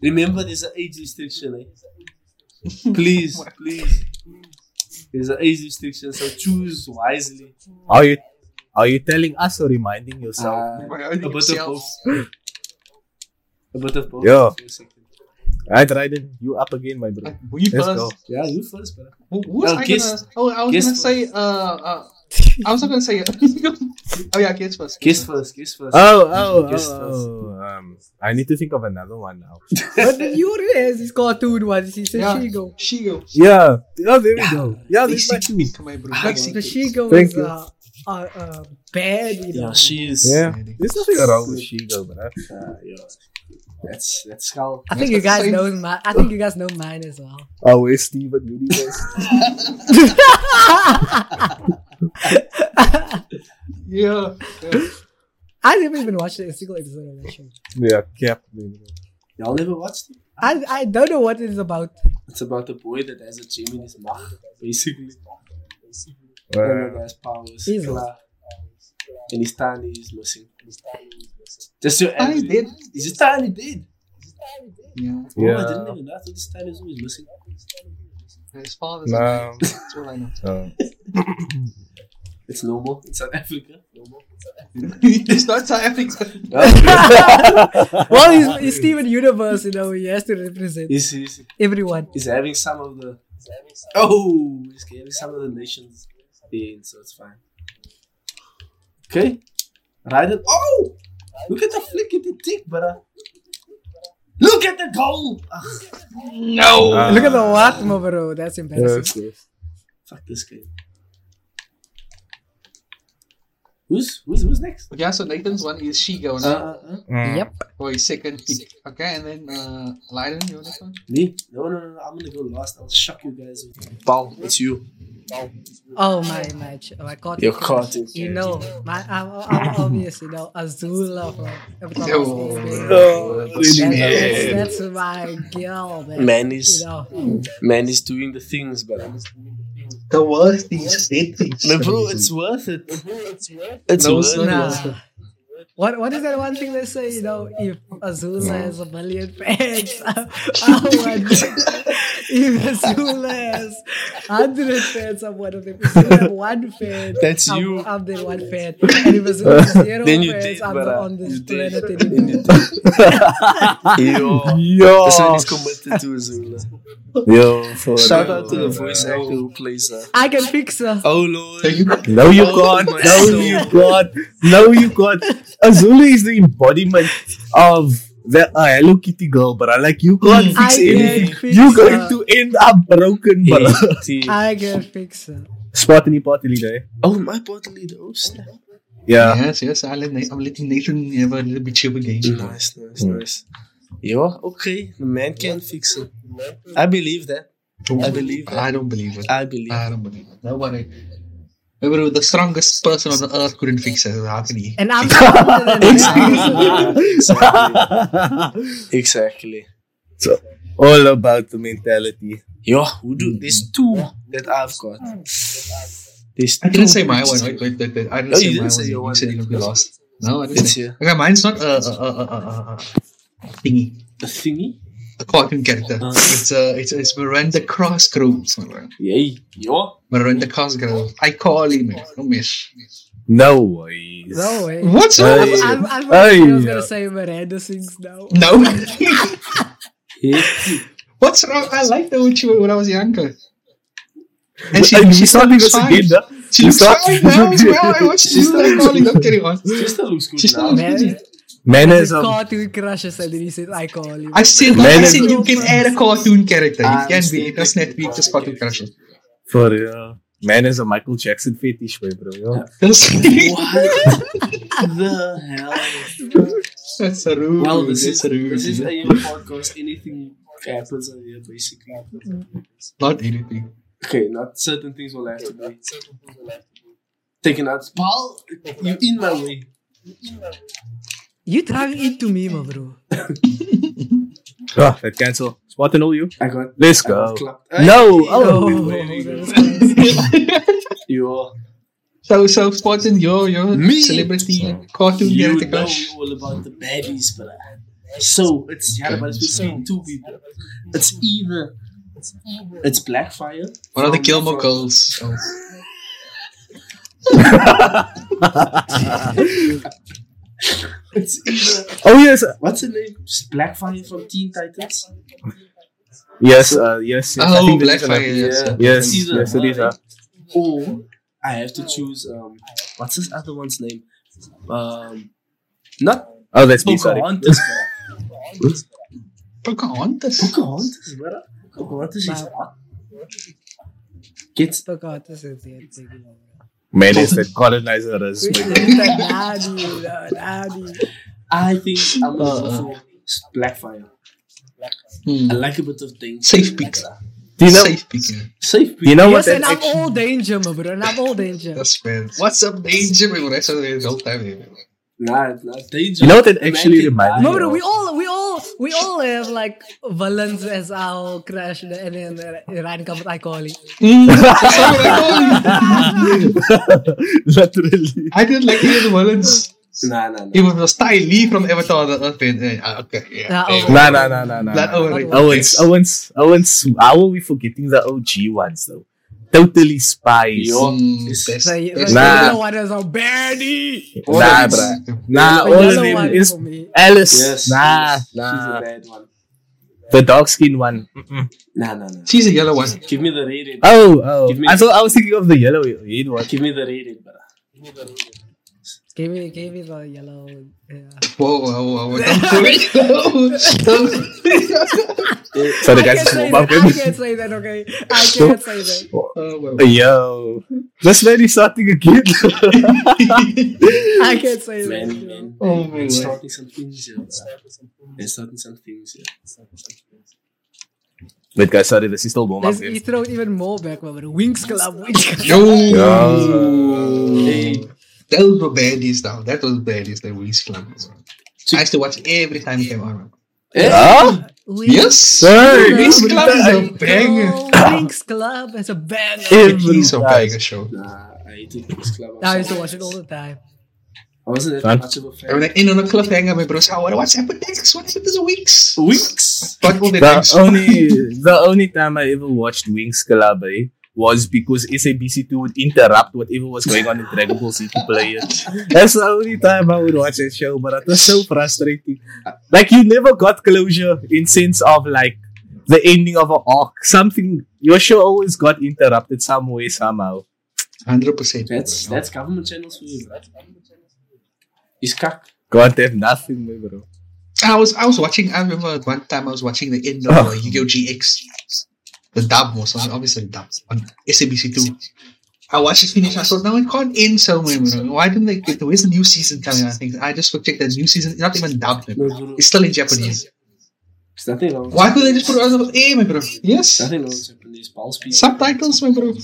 Speaker 1: Remember, there's an age restriction. Eh?
Speaker 2: <laughs>
Speaker 1: Please, please. There's an age restriction, so choose wisely.
Speaker 2: Are you are you telling us or reminding yourself?
Speaker 1: Uh,
Speaker 4: Well,
Speaker 1: a
Speaker 4: only
Speaker 1: bit of
Speaker 4: yourself.
Speaker 1: both. A bit of both.
Speaker 2: Yeah.
Speaker 1: Give me a second.
Speaker 2: right, Raiden, you up again, my bro.
Speaker 4: Uh, You
Speaker 2: Let's
Speaker 4: first.
Speaker 2: go.
Speaker 1: Yeah, you first, bro.
Speaker 4: Who, who was
Speaker 1: No,
Speaker 4: I
Speaker 1: guess-
Speaker 4: gonna? Oh, I was
Speaker 1: guess
Speaker 4: gonna
Speaker 1: first.
Speaker 4: say. Uh, uh, I was not gonna say. uh, <laughs> oh yeah, guess first.
Speaker 1: Kiss first, kiss first.
Speaker 2: Oh, oh,
Speaker 1: Guess
Speaker 2: oh, oh, um, I need to think of another one now.
Speaker 3: But then you already has his cartoon one. He says
Speaker 4: Yeah.
Speaker 3: Shigo.
Speaker 4: She goes.
Speaker 2: Yeah, oh, there we go. Yeah, this is my two.
Speaker 4: Come on, bro.
Speaker 1: Ah,
Speaker 4: Like,
Speaker 3: The Shigo
Speaker 2: Thank
Speaker 3: is
Speaker 2: you.
Speaker 3: uh, uh, uh, bad. You know.
Speaker 1: Yeah, she is.
Speaker 2: Yeah, there's nothing wrong with Shigo, bro.
Speaker 1: Uh, yeah. That's that's skull.
Speaker 3: I think you
Speaker 4: That's the
Speaker 3: guys
Speaker 4: same-
Speaker 3: know my. I think you guys know mine as well.
Speaker 2: Oh, it's Steven Universe.
Speaker 4: yeah. yeah.
Speaker 3: I never even watched a single episode of that show.
Speaker 2: <laughs> yeah, Cap. maybe.
Speaker 1: Y'all never watched it?
Speaker 3: I I don't know what it's
Speaker 2: <laughs>
Speaker 3: about.
Speaker 1: It's about a boy that has a gem in his mouth, basically.
Speaker 2: Uh,
Speaker 1: Remember has powers.
Speaker 3: Jesus.
Speaker 1: Killer. And his tiny is missing. Just your
Speaker 4: Tiny dead.
Speaker 1: He's just tiny dead.
Speaker 4: Yeah.
Speaker 1: Oh, I
Speaker 2: Yeah.
Speaker 1: didn't even know. I thought his tiny is always missing.
Speaker 4: His father's a man.
Speaker 2: no.
Speaker 4: <laughs> That's all I know.
Speaker 2: <laughs> Uh,
Speaker 1: It's normal in South Africa. Normal.
Speaker 4: it's not South Africa.
Speaker 1: Ah,
Speaker 3: Well, he's, he's Steven Universe, you know. He has to represent
Speaker 1: he's, he's,
Speaker 3: everyone.
Speaker 1: he's having some of the. Oh, he's having some of the nations in, so it's fine. Okay. Raiden. Oh! Look at the flick at the dick, brother. Look at the goal! Ah,
Speaker 4: no.
Speaker 2: Uh,
Speaker 3: Look at the what, my bro. That's embarrassing.
Speaker 2: yes, yes.
Speaker 1: fuck this game. Who's, who's, who's next?
Speaker 4: <laughs> yeah. So Nathan's one is she goes.
Speaker 1: Uh, uh, uh.
Speaker 2: Mm.
Speaker 3: Yep.
Speaker 4: for his second pick. Okay, and then uh, Lyden, you next one.
Speaker 1: Me? No, no, no, no. I'm gonna go last. I'll shock you guys with Paul. It's you.
Speaker 3: Oh my my ch- my god.
Speaker 1: You're caught.
Speaker 3: You know, my I'm, I'm obvious. You know, Azula from Avatar.
Speaker 4: No.
Speaker 1: Oh,
Speaker 3: That's,
Speaker 1: Yeah.
Speaker 3: that's, that's my girl, man.
Speaker 1: Man
Speaker 3: You
Speaker 1: is
Speaker 3: know,
Speaker 1: man is doing the things, but
Speaker 4: The worst things, dead things.
Speaker 1: no, bro, it's worth it. It's
Speaker 4: No,
Speaker 1: worth
Speaker 4: it's not.
Speaker 1: it.
Speaker 3: nah. What what is that one thing they say? You know, if Azula has a million fans, <laughs> I,
Speaker 1: <laughs>
Speaker 3: want if Azula has hundred fans, I'm one of them. If Azula have one fan,
Speaker 1: That's
Speaker 3: I'm,
Speaker 1: you.
Speaker 3: I'm the one fan. And if
Speaker 1: <laughs>
Speaker 3: Azula has zero
Speaker 1: Then you
Speaker 3: fans,
Speaker 1: did,
Speaker 3: I'm
Speaker 1: but
Speaker 3: not
Speaker 1: uh,
Speaker 3: on this
Speaker 1: you did. <laughs>
Speaker 3: planet
Speaker 1: Then you
Speaker 3: anymore. <laughs>
Speaker 1: did. <laughs> Yo,
Speaker 2: Yo,
Speaker 1: this one is committed to Azula.
Speaker 2: yo, for
Speaker 1: Shout
Speaker 2: real,
Speaker 1: out to the
Speaker 2: bro.
Speaker 1: voice actor who plays her.
Speaker 3: I can fix her.
Speaker 1: Oh lord,
Speaker 4: So you got
Speaker 2: No, you
Speaker 1: Oh
Speaker 2: can't.
Speaker 1: my
Speaker 2: No,
Speaker 1: soul.
Speaker 2: you can't. No, you can't. Azula is the embodiment of the uh, Hello Kitty girl, but like you can't
Speaker 3: Mm. I
Speaker 2: fix
Speaker 3: can
Speaker 2: anything.
Speaker 3: fix
Speaker 2: You're going
Speaker 3: her.
Speaker 2: to end up broken, bro.
Speaker 1: T.
Speaker 3: I can fix her.
Speaker 2: Spartany Partly, there.
Speaker 1: Oh my bodily oh snap.
Speaker 2: eh? Yeah.
Speaker 4: Yes, yes, I let Na- I'm letting Nathan have a little bit chill again.
Speaker 1: Nice, nice, nice. Yeah, okay. The man can fix it. I believe that. I believe that.
Speaker 4: I don't believe it.
Speaker 1: I believe.
Speaker 4: I don't believe it. Nobody. Remember, the strongest person on the earth couldn't fix it. How can he?
Speaker 1: <laughs>
Speaker 3: And I'm stronger than that.
Speaker 1: <laughs> exactly. exactly.
Speaker 2: so, all about the mentality.
Speaker 1: Yo, who do? There's two that I've got. There's
Speaker 4: I
Speaker 1: two.
Speaker 4: didn't say my one. Wait, wait, wait, wait. I didn't
Speaker 1: No,
Speaker 4: say
Speaker 1: you
Speaker 4: my
Speaker 1: didn't say
Speaker 4: one.
Speaker 1: your
Speaker 4: you
Speaker 1: one.
Speaker 4: said it'll be lost. No, I didn't
Speaker 1: It's
Speaker 4: say.
Speaker 1: here.
Speaker 4: Okay, mine's not a, a, a, a, a, a thingy,
Speaker 1: The thingy.
Speaker 4: a cartoon character.
Speaker 1: Uh.
Speaker 4: It's a, it's, it's Miranda Crossgroves. my man.
Speaker 1: Yay. Yo.
Speaker 4: Miranda Cosgrove. I call him. man. No miss.
Speaker 2: No ways.
Speaker 3: No way.
Speaker 4: What's up?
Speaker 2: Hey.
Speaker 3: I'm, I'm,
Speaker 2: Hey.
Speaker 3: I was gonna say Miranda sings now.
Speaker 4: <laughs> No.
Speaker 1: Yeah.
Speaker 4: What's wrong? I liked the Uchi when I was younger. And
Speaker 2: But, and you starting us
Speaker 4: fine.
Speaker 2: again, huh?
Speaker 4: She
Speaker 2: You
Speaker 4: looks
Speaker 2: start-
Speaker 4: fine now as well. I watched
Speaker 1: She's
Speaker 4: you like
Speaker 1: still-
Speaker 4: calling. Don't carry on.
Speaker 1: She still looks good
Speaker 4: She still
Speaker 1: now.
Speaker 4: looks
Speaker 3: Man,
Speaker 4: good.
Speaker 3: the
Speaker 2: Manners of.
Speaker 3: cartoon crushes and then he said, I call you.
Speaker 4: I said,
Speaker 2: Man
Speaker 4: I
Speaker 2: is-
Speaker 4: said you can add a cartoon character.
Speaker 1: I'm
Speaker 4: It can
Speaker 1: still
Speaker 4: be. It doesn't have to be
Speaker 1: thinking
Speaker 4: just
Speaker 1: about
Speaker 4: cartoon
Speaker 1: it.
Speaker 4: character.
Speaker 2: For real. Manners of Michael Jackson fetish, way, bro. Yo.
Speaker 4: <laughs> That's
Speaker 1: What the hell?
Speaker 4: that's a rude.
Speaker 1: Well, this is
Speaker 4: that's a rude.
Speaker 1: this is a podcast. Anything happens on here, basically.
Speaker 4: not anything. <laughs>
Speaker 1: Okay, not certain things will have to be. taken out. Paul, you in my way.
Speaker 3: You trying into me, my bro.
Speaker 2: Ah, that cancel. Spot and all you.
Speaker 1: I got.
Speaker 2: Let's
Speaker 1: I got
Speaker 2: go.
Speaker 1: clapped. Hey,
Speaker 2: No.
Speaker 3: Oh,
Speaker 2: Oh.
Speaker 1: you are.
Speaker 4: so, so, Spartan, your, your
Speaker 1: Me?
Speaker 4: celebrity cartoon
Speaker 1: You
Speaker 4: character
Speaker 1: know
Speaker 4: crush.
Speaker 1: all about the baddies, but so it's yeah, but it's between two people. It's either it's Blackfire.
Speaker 4: One of the
Speaker 1: from-
Speaker 4: Gilmore
Speaker 1: from-
Speaker 4: Girls.
Speaker 1: It's either
Speaker 2: Oh yes. uh,
Speaker 1: what's the name? Just Blackfire from Teen Titans.
Speaker 2: Yes. Uh, yes. yes. I
Speaker 4: Oh,
Speaker 2: think that is enough.
Speaker 4: Blackfire. Yes.
Speaker 2: Yes.
Speaker 1: Caesar.
Speaker 2: Yes, it is. Uh,
Speaker 1: Or I have to choose um what's this other one's name? Um, not
Speaker 2: oh, that's me. Sorry.
Speaker 1: Pocahontas. bruh.
Speaker 4: Pocahontas.
Speaker 1: Pocahontas, bruh. Pocahontas is
Speaker 3: Wow.
Speaker 1: hot. Gets
Speaker 3: God, this is the end thing.
Speaker 2: Man, it's that colonizer is making-
Speaker 1: I
Speaker 2: <laughs>
Speaker 1: think I'm
Speaker 4: Uh,
Speaker 1: gonna
Speaker 2: Uh-uh.
Speaker 1: go for Blackfire.
Speaker 2: Mm.
Speaker 4: Hmm.
Speaker 1: I like a bit of things.
Speaker 4: Safe pick.
Speaker 2: Do you know?
Speaker 4: Safe pick. yeah.
Speaker 1: Safe
Speaker 2: Do you know what that
Speaker 3: Yes, and I'm
Speaker 2: actually?
Speaker 3: all danger, my bro. And I'm all danger.
Speaker 4: That's fair. What's up, danger? We were actually the whole time. yeah.
Speaker 1: Nah, nah, danger.
Speaker 2: You know what that
Speaker 1: A man
Speaker 2: actually
Speaker 1: can
Speaker 2: reminds
Speaker 1: die.
Speaker 2: me
Speaker 3: No, bro,
Speaker 2: of?
Speaker 3: we all, we all, we all have like Valens as our crush, and then Ryan comes I call it.
Speaker 4: That's how I call him. <laughs>
Speaker 2: <laughs> Literally.
Speaker 4: I didn't like the violence.
Speaker 1: Nah, nah, nah.
Speaker 4: It was Sty Lee from Avatar the Earth. Uh, okay, yeah.
Speaker 3: Nah,
Speaker 4: there you
Speaker 3: oh.
Speaker 4: go.
Speaker 2: Nah, nah, nah, nah, nah.
Speaker 4: That
Speaker 2: nah.
Speaker 4: overrated.
Speaker 2: oh, Owens, Owens, Owens. How are we forgetting the OG ones though? Totally spies.
Speaker 1: Yo.
Speaker 4: Mm,
Speaker 1: It's-
Speaker 4: best-
Speaker 3: The, the
Speaker 4: best-
Speaker 2: Nah.
Speaker 3: yellow one is our baddie.
Speaker 2: Nah,
Speaker 4: Owens.
Speaker 2: bruh. Nah,
Speaker 3: The
Speaker 2: all of
Speaker 3: yellow
Speaker 2: them
Speaker 3: one
Speaker 2: is
Speaker 3: for me.
Speaker 2: Alice.
Speaker 1: Yes.
Speaker 2: nah,
Speaker 1: yes. She's a
Speaker 2: nah.
Speaker 1: bad one.
Speaker 2: The dark skin one. Mm-mm.
Speaker 1: Nah, nah, nah.
Speaker 4: She's a yellow one.
Speaker 1: Give me the rated.
Speaker 2: Oh, oh.
Speaker 1: Give me-
Speaker 2: I thought I was thinking of the yellow head one.
Speaker 1: Give me the rated, brother.
Speaker 3: Give me, give me the yellow. Yeah.
Speaker 4: Whoa, whoa, whoa, whoa. Don't <laughs> do it. <laughs> Don't-
Speaker 2: So the
Speaker 3: I
Speaker 2: guys
Speaker 3: can't
Speaker 2: is
Speaker 3: say
Speaker 2: more
Speaker 3: that. I
Speaker 2: bumping.
Speaker 3: can't say that. Okay, I can't say that.
Speaker 4: Oh, well.
Speaker 2: Yo, this man is starting again. <laughs>
Speaker 3: I can't say
Speaker 1: Man,
Speaker 3: that.
Speaker 1: man.
Speaker 4: Oh, my
Speaker 1: It's
Speaker 4: God.
Speaker 1: starting some things here. bruh. It's starting some things here.
Speaker 2: Wait, guys, sorry, this is still warm up.
Speaker 3: Let's- You throw even more back, man. Wings club, wings club.
Speaker 4: Yo.
Speaker 2: Yo.
Speaker 1: Hey.
Speaker 4: Those were baddies now. That was baddies. The Wings Club. bro. I used to watch every time it came out.
Speaker 2: Yeah?
Speaker 3: Wings
Speaker 4: Yes,
Speaker 2: Sir,
Speaker 4: Wings
Speaker 3: Wings
Speaker 4: Club is a
Speaker 3: Club.
Speaker 4: banger.
Speaker 3: Wings club is a banger.
Speaker 4: It is a banger show.
Speaker 1: Nah, I hated this club. I'm
Speaker 3: I used to
Speaker 1: sorry.
Speaker 3: watch it all the time.
Speaker 1: I wasn't
Speaker 2: Son.
Speaker 1: that much of a
Speaker 4: I
Speaker 1: fan.
Speaker 4: went in on a cliffhanger, my bro. So, what- what's happened next? What happened this weeks? oh.
Speaker 1: Weeks.
Speaker 4: What will the
Speaker 2: The
Speaker 4: next? <laughs>
Speaker 2: only the only time I ever watched Wings Club eh, was because SABC2 would interrupt whatever was going on in Dragon Ball Z to play it. That's the only time I would watch that show, but it was so frustrating. Like you never got closure in sense of like the ending of an arc. Something your show always got interrupted some way somehow.
Speaker 4: Hundred percent.
Speaker 1: That's that's government channels for you. Is kak.
Speaker 2: God have nothing, my
Speaker 4: <laughs>
Speaker 2: bro.
Speaker 4: I was I was watching. I remember at one time I was watching the end of uh, Yu-Gi-Oh GX, the dub was on, obviously dub on SABC two. I watched it finish. I thought, no, it can't end somewhere. You know? Why didn't they? Get, where's the new season coming? I think I just checked the new season. It's not even dubbed. man.
Speaker 1: No, bro.
Speaker 4: It's still in Japanese.
Speaker 1: There's nothing wrong.
Speaker 4: Why couldn't they just put it on air, my bro? Yes,
Speaker 1: Nothing wrong with Japanese. Paul's people.
Speaker 4: subtitles, my bro.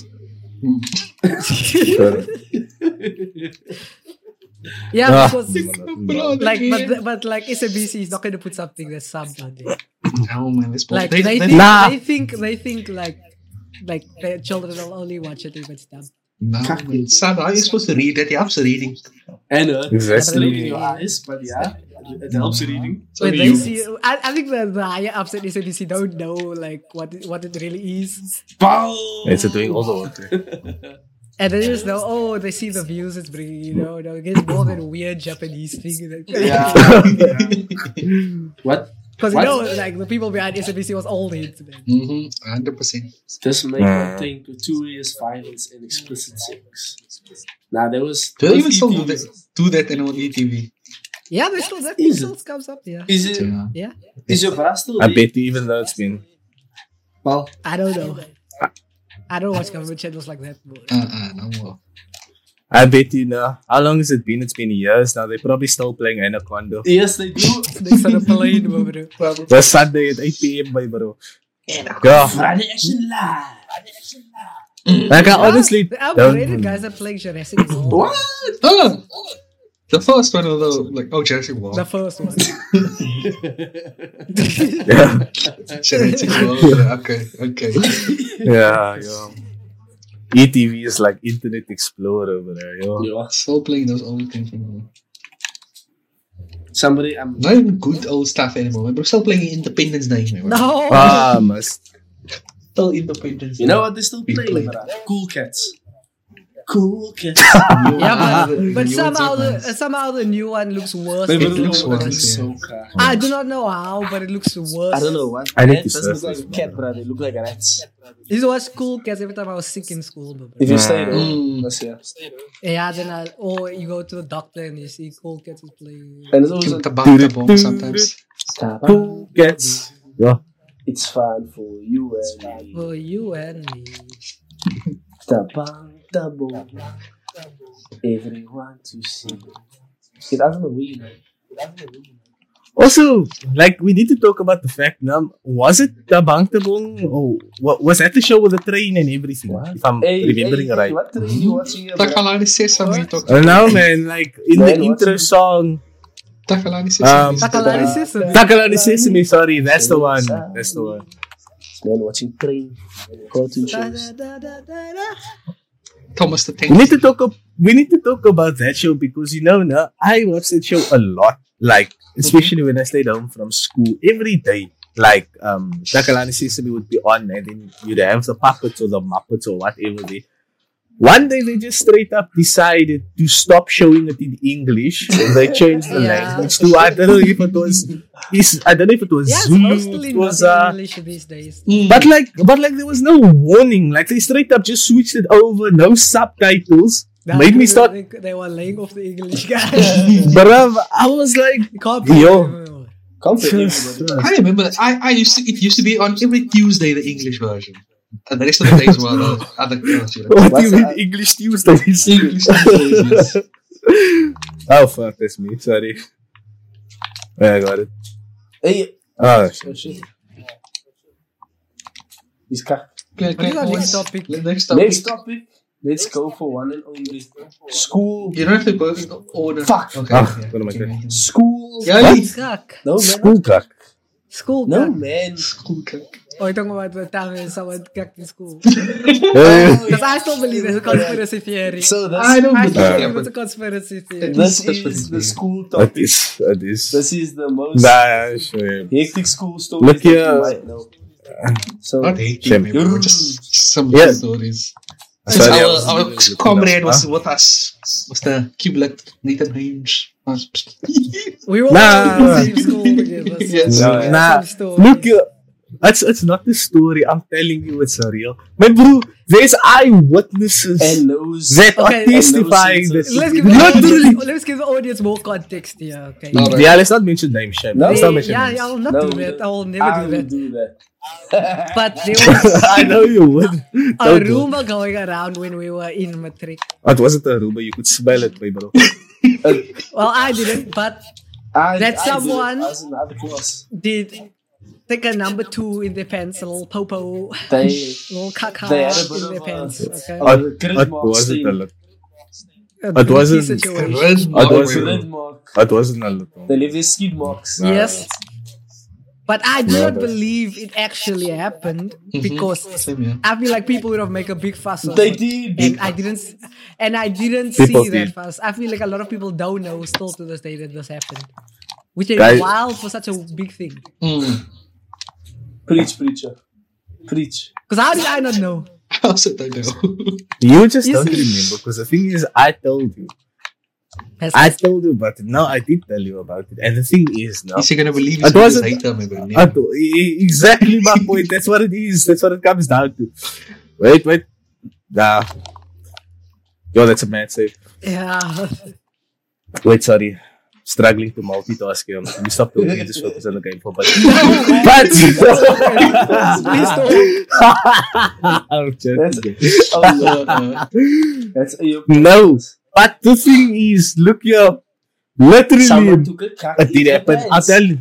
Speaker 3: Yeah,
Speaker 2: Ah.
Speaker 3: because
Speaker 4: Bro,
Speaker 2: Bro,
Speaker 3: like, but
Speaker 4: yeah.
Speaker 3: the- but like, SABC is not going to put something that's subbed on there.
Speaker 4: oh man, this
Speaker 3: Like
Speaker 4: they,
Speaker 3: they
Speaker 4: they,
Speaker 3: think,
Speaker 2: Nah.
Speaker 3: they think, they think like, like their children will only watch it if it's dubbed.
Speaker 4: no, man. Son, how are you supposed to read that? You're absolutely reading.
Speaker 1: And uh,
Speaker 2: Exactly.
Speaker 1: look in your eyes, but yeah, it helps reading.
Speaker 4: So
Speaker 3: When
Speaker 4: you-
Speaker 3: they see, I, I think the, the higher ups at SABC don't know like what it- what it really is,
Speaker 1: Bow.
Speaker 2: It's doing all the work.
Speaker 3: and they just know. Oh, they see the views it's bringing. You know, they get more than weird Japanese thing. <laughs>
Speaker 4: <laughs>
Speaker 1: Yeah. what?
Speaker 3: Because you
Speaker 1: What?
Speaker 3: know, like the people behind SABC was all the internet.
Speaker 4: Mhm, 100%.
Speaker 1: This make
Speaker 2: Mm.
Speaker 4: Hmm.
Speaker 1: one thing gratuitous E violence and explicit sex. Now there was.
Speaker 4: Do they even
Speaker 1: those E
Speaker 4: still do
Speaker 1: ETVs.
Speaker 4: that, do that in on ETV?
Speaker 3: Yeah, they still that
Speaker 1: Is
Speaker 3: still comes up. Yeah,
Speaker 1: Is it?
Speaker 4: Yeah.
Speaker 3: yeah.
Speaker 1: Is your bra still?
Speaker 2: I
Speaker 1: there?
Speaker 2: bet you even though it's been
Speaker 1: Well,
Speaker 3: I don't know. I don't watch government channels like that. Bro.
Speaker 4: Uh-uh, no more.
Speaker 2: I bet you know. How long has it been? It's been years now. They're probably still playing Anaconda.
Speaker 1: yes, they do.
Speaker 3: Next on a plane, bro.
Speaker 2: The Sunday at 8 p.m. by bro.
Speaker 4: Yeah,
Speaker 2: Yeah.
Speaker 1: Friday action live.
Speaker 2: Like I honestly
Speaker 3: the
Speaker 2: don't-
Speaker 3: upgraded guys are playing Jurassic World.
Speaker 1: What?
Speaker 4: Oh, the first one, although, like, oh, Jurassic World.
Speaker 3: The first one.
Speaker 2: <laughs> Yeah,
Speaker 4: Jurassic World.
Speaker 3: <laughs>
Speaker 4: yeah, okay, okay.
Speaker 2: yeah, yeah. ETV is like Internet Explorer over there, yo.
Speaker 1: Yeah.
Speaker 4: Still playing those old things. man.
Speaker 1: Somebody, I'm
Speaker 4: Not even good old stuff anymore. man. We're still playing Independence Day. man.
Speaker 3: No.
Speaker 2: Ah, must.
Speaker 4: Still Independence Day.
Speaker 1: You know what? They're still
Speaker 4: Big
Speaker 1: playing,
Speaker 4: play.
Speaker 1: bruh. Cool cats. Cool
Speaker 2: <laughs>
Speaker 1: cats.
Speaker 4: uh,
Speaker 3: yeah,
Speaker 4: The
Speaker 3: but,
Speaker 4: new ones
Speaker 3: but
Speaker 4: are
Speaker 3: somehow the
Speaker 4: nice.
Speaker 3: uh, somehow the new one looks worse.
Speaker 1: They were
Speaker 4: It
Speaker 3: than the
Speaker 4: looks
Speaker 3: old one.
Speaker 4: worse.
Speaker 1: so crack.
Speaker 3: I do not know how, but it looks worse.
Speaker 1: I don't know what.
Speaker 2: I need
Speaker 1: Rat
Speaker 2: to
Speaker 1: doesn't
Speaker 2: surf
Speaker 1: look
Speaker 2: this
Speaker 1: like a cat, bruh. They look like rats.
Speaker 3: This was cool because every time I was sick in school, bro.
Speaker 1: If you stay there,
Speaker 4: Mm.
Speaker 1: that's yeah.
Speaker 3: Yeah, then I or you go to the doctor and you see cool kids is playing.
Speaker 1: And it's always
Speaker 4: Took
Speaker 1: like,
Speaker 4: the bath the bomb sometimes.
Speaker 1: Taba,
Speaker 2: Who gets? Yeah.
Speaker 1: it's fun for you and me.
Speaker 3: For you and me.
Speaker 1: Taba, double. Everyone to see. It doesn't know where you know.
Speaker 2: Also, like we need to talk about the fact now. Was it Tabantabong? Oh, what was that the show with the train and everything?
Speaker 1: What?
Speaker 2: If I'm
Speaker 1: Hey, hey,
Speaker 2: remembering
Speaker 1: hey,
Speaker 2: right.
Speaker 1: what are you watching here, bruh?
Speaker 4: Takalani says something. Tok-
Speaker 2: Oh, no, man. Like in the
Speaker 1: Man, what's
Speaker 2: intro
Speaker 1: it?
Speaker 2: song,
Speaker 4: Takalani says
Speaker 2: Um,
Speaker 4: something.
Speaker 3: Takalani says something.
Speaker 2: Takalani Sesame. Sorry, that's the one. That's the one.
Speaker 1: Man, watching train cartoon
Speaker 3: Da,
Speaker 1: shows.
Speaker 3: da, da, da, da, da.
Speaker 4: Thomas the Tank.
Speaker 2: We need to talk. ab- We need to talk about that show because you know, now I watched that show a lot. Like especially when I stayed home from school every day. Like um, Takalani Sesame would be on, and then you'd have the puppets or the Muppets or whatever they. One day they just straight up decided to stop showing it in English. And they changed the
Speaker 3: <laughs> Yeah.
Speaker 2: language to I don't know if it was, is- I don't know if it was
Speaker 3: Yeah, it's
Speaker 2: Zulu,
Speaker 3: mostly
Speaker 2: it
Speaker 3: not
Speaker 2: was
Speaker 3: in
Speaker 2: uh,
Speaker 3: English these days.
Speaker 2: but like, but like, there was no warning. Like they straight up just switched it over. No subtitles. Made me start,
Speaker 3: They, they were laying off the
Speaker 2: <laughs>
Speaker 3: English guys. <laughs>
Speaker 2: bruv. I was like, <laughs>
Speaker 3: You can't
Speaker 2: Yo.
Speaker 3: believe it.
Speaker 1: <laughs> Comfort.
Speaker 4: I remember that. I, I used to, it used to be on every Tuesday, the English version. And the rest of the days were the other girls, you know.
Speaker 2: what do you
Speaker 1: What's
Speaker 2: mean
Speaker 1: that?
Speaker 2: English Tuesdays?
Speaker 4: English Tuesdays, yes.
Speaker 2: oh fuck, that's me. Sorry. Yeah, I got it.
Speaker 1: Hey,
Speaker 2: Oh,
Speaker 1: oh shit. He's cut.
Speaker 4: Okay,
Speaker 3: What is our
Speaker 4: okay,
Speaker 3: next
Speaker 4: what's-
Speaker 3: topic?
Speaker 4: Next topic.
Speaker 1: Next Então, topic. Let's go for one and only school.
Speaker 4: You don't have to go in order.
Speaker 1: Fuck.
Speaker 4: Okay.
Speaker 2: Ah, what am I
Speaker 4: okay,
Speaker 2: doing?
Speaker 4: okay.
Speaker 1: School.
Speaker 4: Yeah, you-
Speaker 3: Cuck.
Speaker 1: No
Speaker 4: Oh,
Speaker 1: man.
Speaker 2: school
Speaker 4: <laughs>
Speaker 2: cuck.
Speaker 3: School
Speaker 1: No
Speaker 3: cuck.
Speaker 1: man.
Speaker 4: School cook.
Speaker 3: Oh, you're talking about the time when someone cucked in school.
Speaker 2: Yeah.
Speaker 3: Because I still believe there's a conspiracy theory.
Speaker 1: So
Speaker 4: I
Speaker 1: this
Speaker 4: don't
Speaker 3: I
Speaker 2: Uh,
Speaker 4: believe
Speaker 3: still believe
Speaker 4: that.
Speaker 3: it's a
Speaker 4: but-
Speaker 3: conspiracy theory.
Speaker 1: this
Speaker 4: That's what
Speaker 1: is
Speaker 4: it's
Speaker 1: the
Speaker 4: mean.
Speaker 1: school
Speaker 2: That
Speaker 1: topic.
Speaker 2: is, that is.
Speaker 1: This is the most
Speaker 2: Nah, sure.
Speaker 1: hectic school story.
Speaker 2: Look
Speaker 1: that you
Speaker 2: here.
Speaker 1: might know. So
Speaker 4: Not hating,
Speaker 2: Shame.
Speaker 4: maybe, but just some
Speaker 2: Yeah.
Speaker 4: stories. Since
Speaker 2: Sorry, I was
Speaker 4: our, our
Speaker 2: looking
Speaker 4: comrade
Speaker 2: up,
Speaker 4: was
Speaker 2: huh?
Speaker 4: with us, Mr. Kubelet, Nathan Hames.
Speaker 3: We were
Speaker 2: Nah.
Speaker 3: all in the same school together. so
Speaker 4: Yes.
Speaker 2: No,
Speaker 3: we
Speaker 2: nah.
Speaker 3: had some stories.
Speaker 2: Look, uh, it's it's not the story. I'm telling you, it's real. But bro, there's eyewitnesses
Speaker 1: and those
Speaker 2: that
Speaker 3: Okay.
Speaker 2: are testifying
Speaker 1: And
Speaker 2: this.
Speaker 1: those
Speaker 3: Let's give, the
Speaker 2: not really.
Speaker 3: audience, let's give the audience more context here, okay?
Speaker 4: No,
Speaker 2: Yeah, let's not mention name, shame.
Speaker 1: No.
Speaker 2: Let's
Speaker 3: Hey,
Speaker 2: not mention
Speaker 3: yeah,
Speaker 2: names.
Speaker 3: yeah, I will not
Speaker 1: No,
Speaker 3: do that. I will never
Speaker 1: I
Speaker 3: do
Speaker 1: will
Speaker 3: that.
Speaker 1: do that. <laughs>
Speaker 3: But there was
Speaker 2: <laughs> I know you would.
Speaker 3: a
Speaker 2: Don't do
Speaker 3: rumor going around when we were in matric.
Speaker 2: it. It wasn't a rumor. You could smell it, my bro.
Speaker 3: Well, I didn't, but
Speaker 1: Uh, I, I
Speaker 3: That
Speaker 1: did it.
Speaker 3: someone-
Speaker 1: I was in the other class.
Speaker 3: did take a number two in their pants, a little popo,
Speaker 1: They
Speaker 3: little
Speaker 1: They had a bit
Speaker 3: caca in
Speaker 1: of
Speaker 3: their
Speaker 1: a- <laughs>
Speaker 3: pants. Okay,
Speaker 1: Oh, the grid
Speaker 2: It
Speaker 1: mark
Speaker 2: wasn't a
Speaker 1: scene.
Speaker 2: lot.
Speaker 3: A
Speaker 2: It Oh, wasn't-
Speaker 3: tricky situation.
Speaker 2: It
Speaker 1: It was
Speaker 2: wasn't.
Speaker 1: red mark.
Speaker 2: It wasn't a lot.
Speaker 1: They leave their skid marks.
Speaker 2: Nah.
Speaker 3: Yes. But I do
Speaker 2: No,
Speaker 3: not
Speaker 2: but-
Speaker 3: believe it actually happened
Speaker 1: Mm-hmm.
Speaker 3: because
Speaker 4: Same, yeah.
Speaker 3: I feel like people would have make a big fuss. of
Speaker 1: They
Speaker 3: it.
Speaker 1: did.
Speaker 3: and I didn't, s- and I didn't
Speaker 2: People
Speaker 3: see
Speaker 2: did.
Speaker 3: that fuss. I feel like a lot of people don't know still to this day that this happened, which is
Speaker 2: Guys-
Speaker 3: wild for such a big thing.
Speaker 4: Mm.
Speaker 1: Preach, preacher. Preach.
Speaker 3: Because how did I not know?
Speaker 4: I also don't know.
Speaker 2: You just
Speaker 3: You
Speaker 2: don't
Speaker 3: see-
Speaker 2: remember because the thing is, I told you.
Speaker 3: Has-
Speaker 2: I told you about it. Now I did tell you about it. And the thing is, now.
Speaker 4: Is he gonna believe
Speaker 2: It
Speaker 4: he's gonna
Speaker 2: wasn't-
Speaker 4: later, maybe?
Speaker 2: I do- e- e- exactly my point. That's what it is. That's what it comes down to. Wait, wait. Nah. Yo, that's a mad save.
Speaker 3: yeah,
Speaker 2: Wait, sorry. Struggling to multitask here. Let me stop talking and just focus on the game for a bit. <laughs> But I'm joking.
Speaker 1: Oh, no.
Speaker 2: <laughs>
Speaker 4: Uh,
Speaker 1: That's a
Speaker 2: No. But the thing is, look here. Literally, é
Speaker 1: Someone took a cut.
Speaker 2: it did happen. I'll tell you.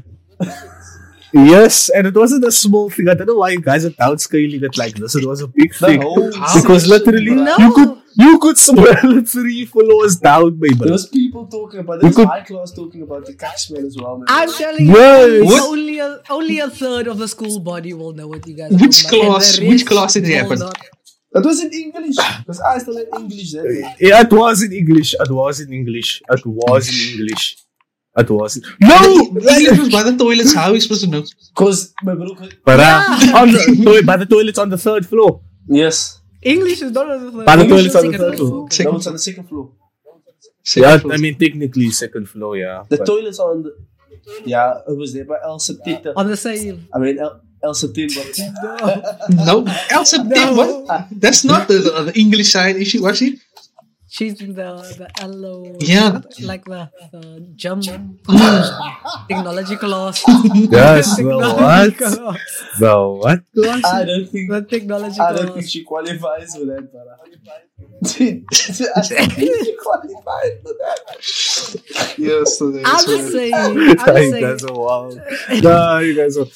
Speaker 2: Yes, and it wasn't a small thing. I don't know why you guys are downscaling it like this. It was a big thing.
Speaker 1: whole
Speaker 2: Because literally,
Speaker 1: No.
Speaker 2: you could you could smell three followers down, my
Speaker 1: There
Speaker 2: brother.
Speaker 1: was people talking about
Speaker 2: You
Speaker 1: this.
Speaker 2: could-
Speaker 1: High class talking about the cash smell as well, man.
Speaker 3: I'm telling you,
Speaker 2: Yes.
Speaker 3: it's
Speaker 2: What?
Speaker 3: only a only a third of the school body will know what you guys.
Speaker 4: Which
Speaker 3: are talking about, and
Speaker 4: class-
Speaker 3: the
Speaker 4: which
Speaker 3: rest
Speaker 4: class did it
Speaker 3: will
Speaker 4: happen?
Speaker 3: not.
Speaker 1: that was in English because I still learned English that day.
Speaker 2: Yeah, Eh, it was in English. It was in English. It was in English. It was no.
Speaker 4: English was by the toilets. How are we supposed to know?
Speaker 1: Because my bro. could-
Speaker 2: But on the toi- by the toilets on the third floor.
Speaker 1: Yes,
Speaker 3: English is not on the third.
Speaker 2: By the
Speaker 3: English
Speaker 2: toilets
Speaker 3: is
Speaker 2: on the
Speaker 3: second
Speaker 2: third
Speaker 3: floor.
Speaker 2: floor.
Speaker 3: Okay.
Speaker 1: that
Speaker 4: Second
Speaker 1: was on the second floor.
Speaker 4: Second
Speaker 2: Yeah,
Speaker 4: floor.
Speaker 2: I mean technically second floor. Yeah.
Speaker 1: The
Speaker 2: but-
Speaker 1: toilets on the. Yeah, it was there by El September.
Speaker 3: On the same.
Speaker 1: I mean, El, El September.
Speaker 4: no, El September. That's not the, the, the English side issue, was it?
Speaker 3: She's the the LO.
Speaker 4: Yeah.
Speaker 3: Like the, the jump
Speaker 1: <laughs>
Speaker 3: technology class.
Speaker 2: Yes. The
Speaker 3: <laughs> Technology
Speaker 2: what?
Speaker 3: <laughs> class.
Speaker 2: The what?
Speaker 1: I don't think.
Speaker 3: The technology
Speaker 1: I don't think
Speaker 3: class.
Speaker 1: she qualifies for that, but
Speaker 2: <laughs>
Speaker 1: Dude, I don't think she qualifies for that.
Speaker 4: Yes.
Speaker 3: I'm just saying. I'm
Speaker 2: <laughs> you
Speaker 3: just
Speaker 2: guys
Speaker 3: saying.
Speaker 2: are
Speaker 3: <laughs>
Speaker 2: wild. No, you guys are.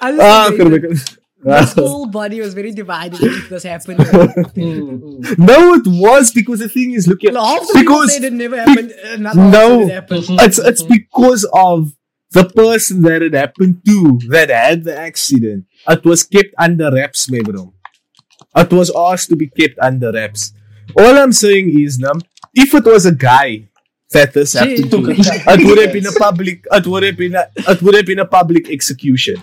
Speaker 3: I'm just
Speaker 2: Ah,
Speaker 3: saying
Speaker 2: could
Speaker 3: that the
Speaker 2: have been.
Speaker 3: school body was very divided if this happened.
Speaker 2: <laughs>
Speaker 3: Half
Speaker 2: No, it was because the thing is, look here,
Speaker 3: the people
Speaker 2: because
Speaker 3: said it never happened. Another
Speaker 2: No.
Speaker 3: it happened.
Speaker 2: it's it's because of the person that it happened to that had the accident. It was kept under wraps, my bro. It was asked to be kept under wraps. All I'm saying is, Nam, if it was a guy that this happened to, it would have been a public. It would have been. A, it would have been a public execution.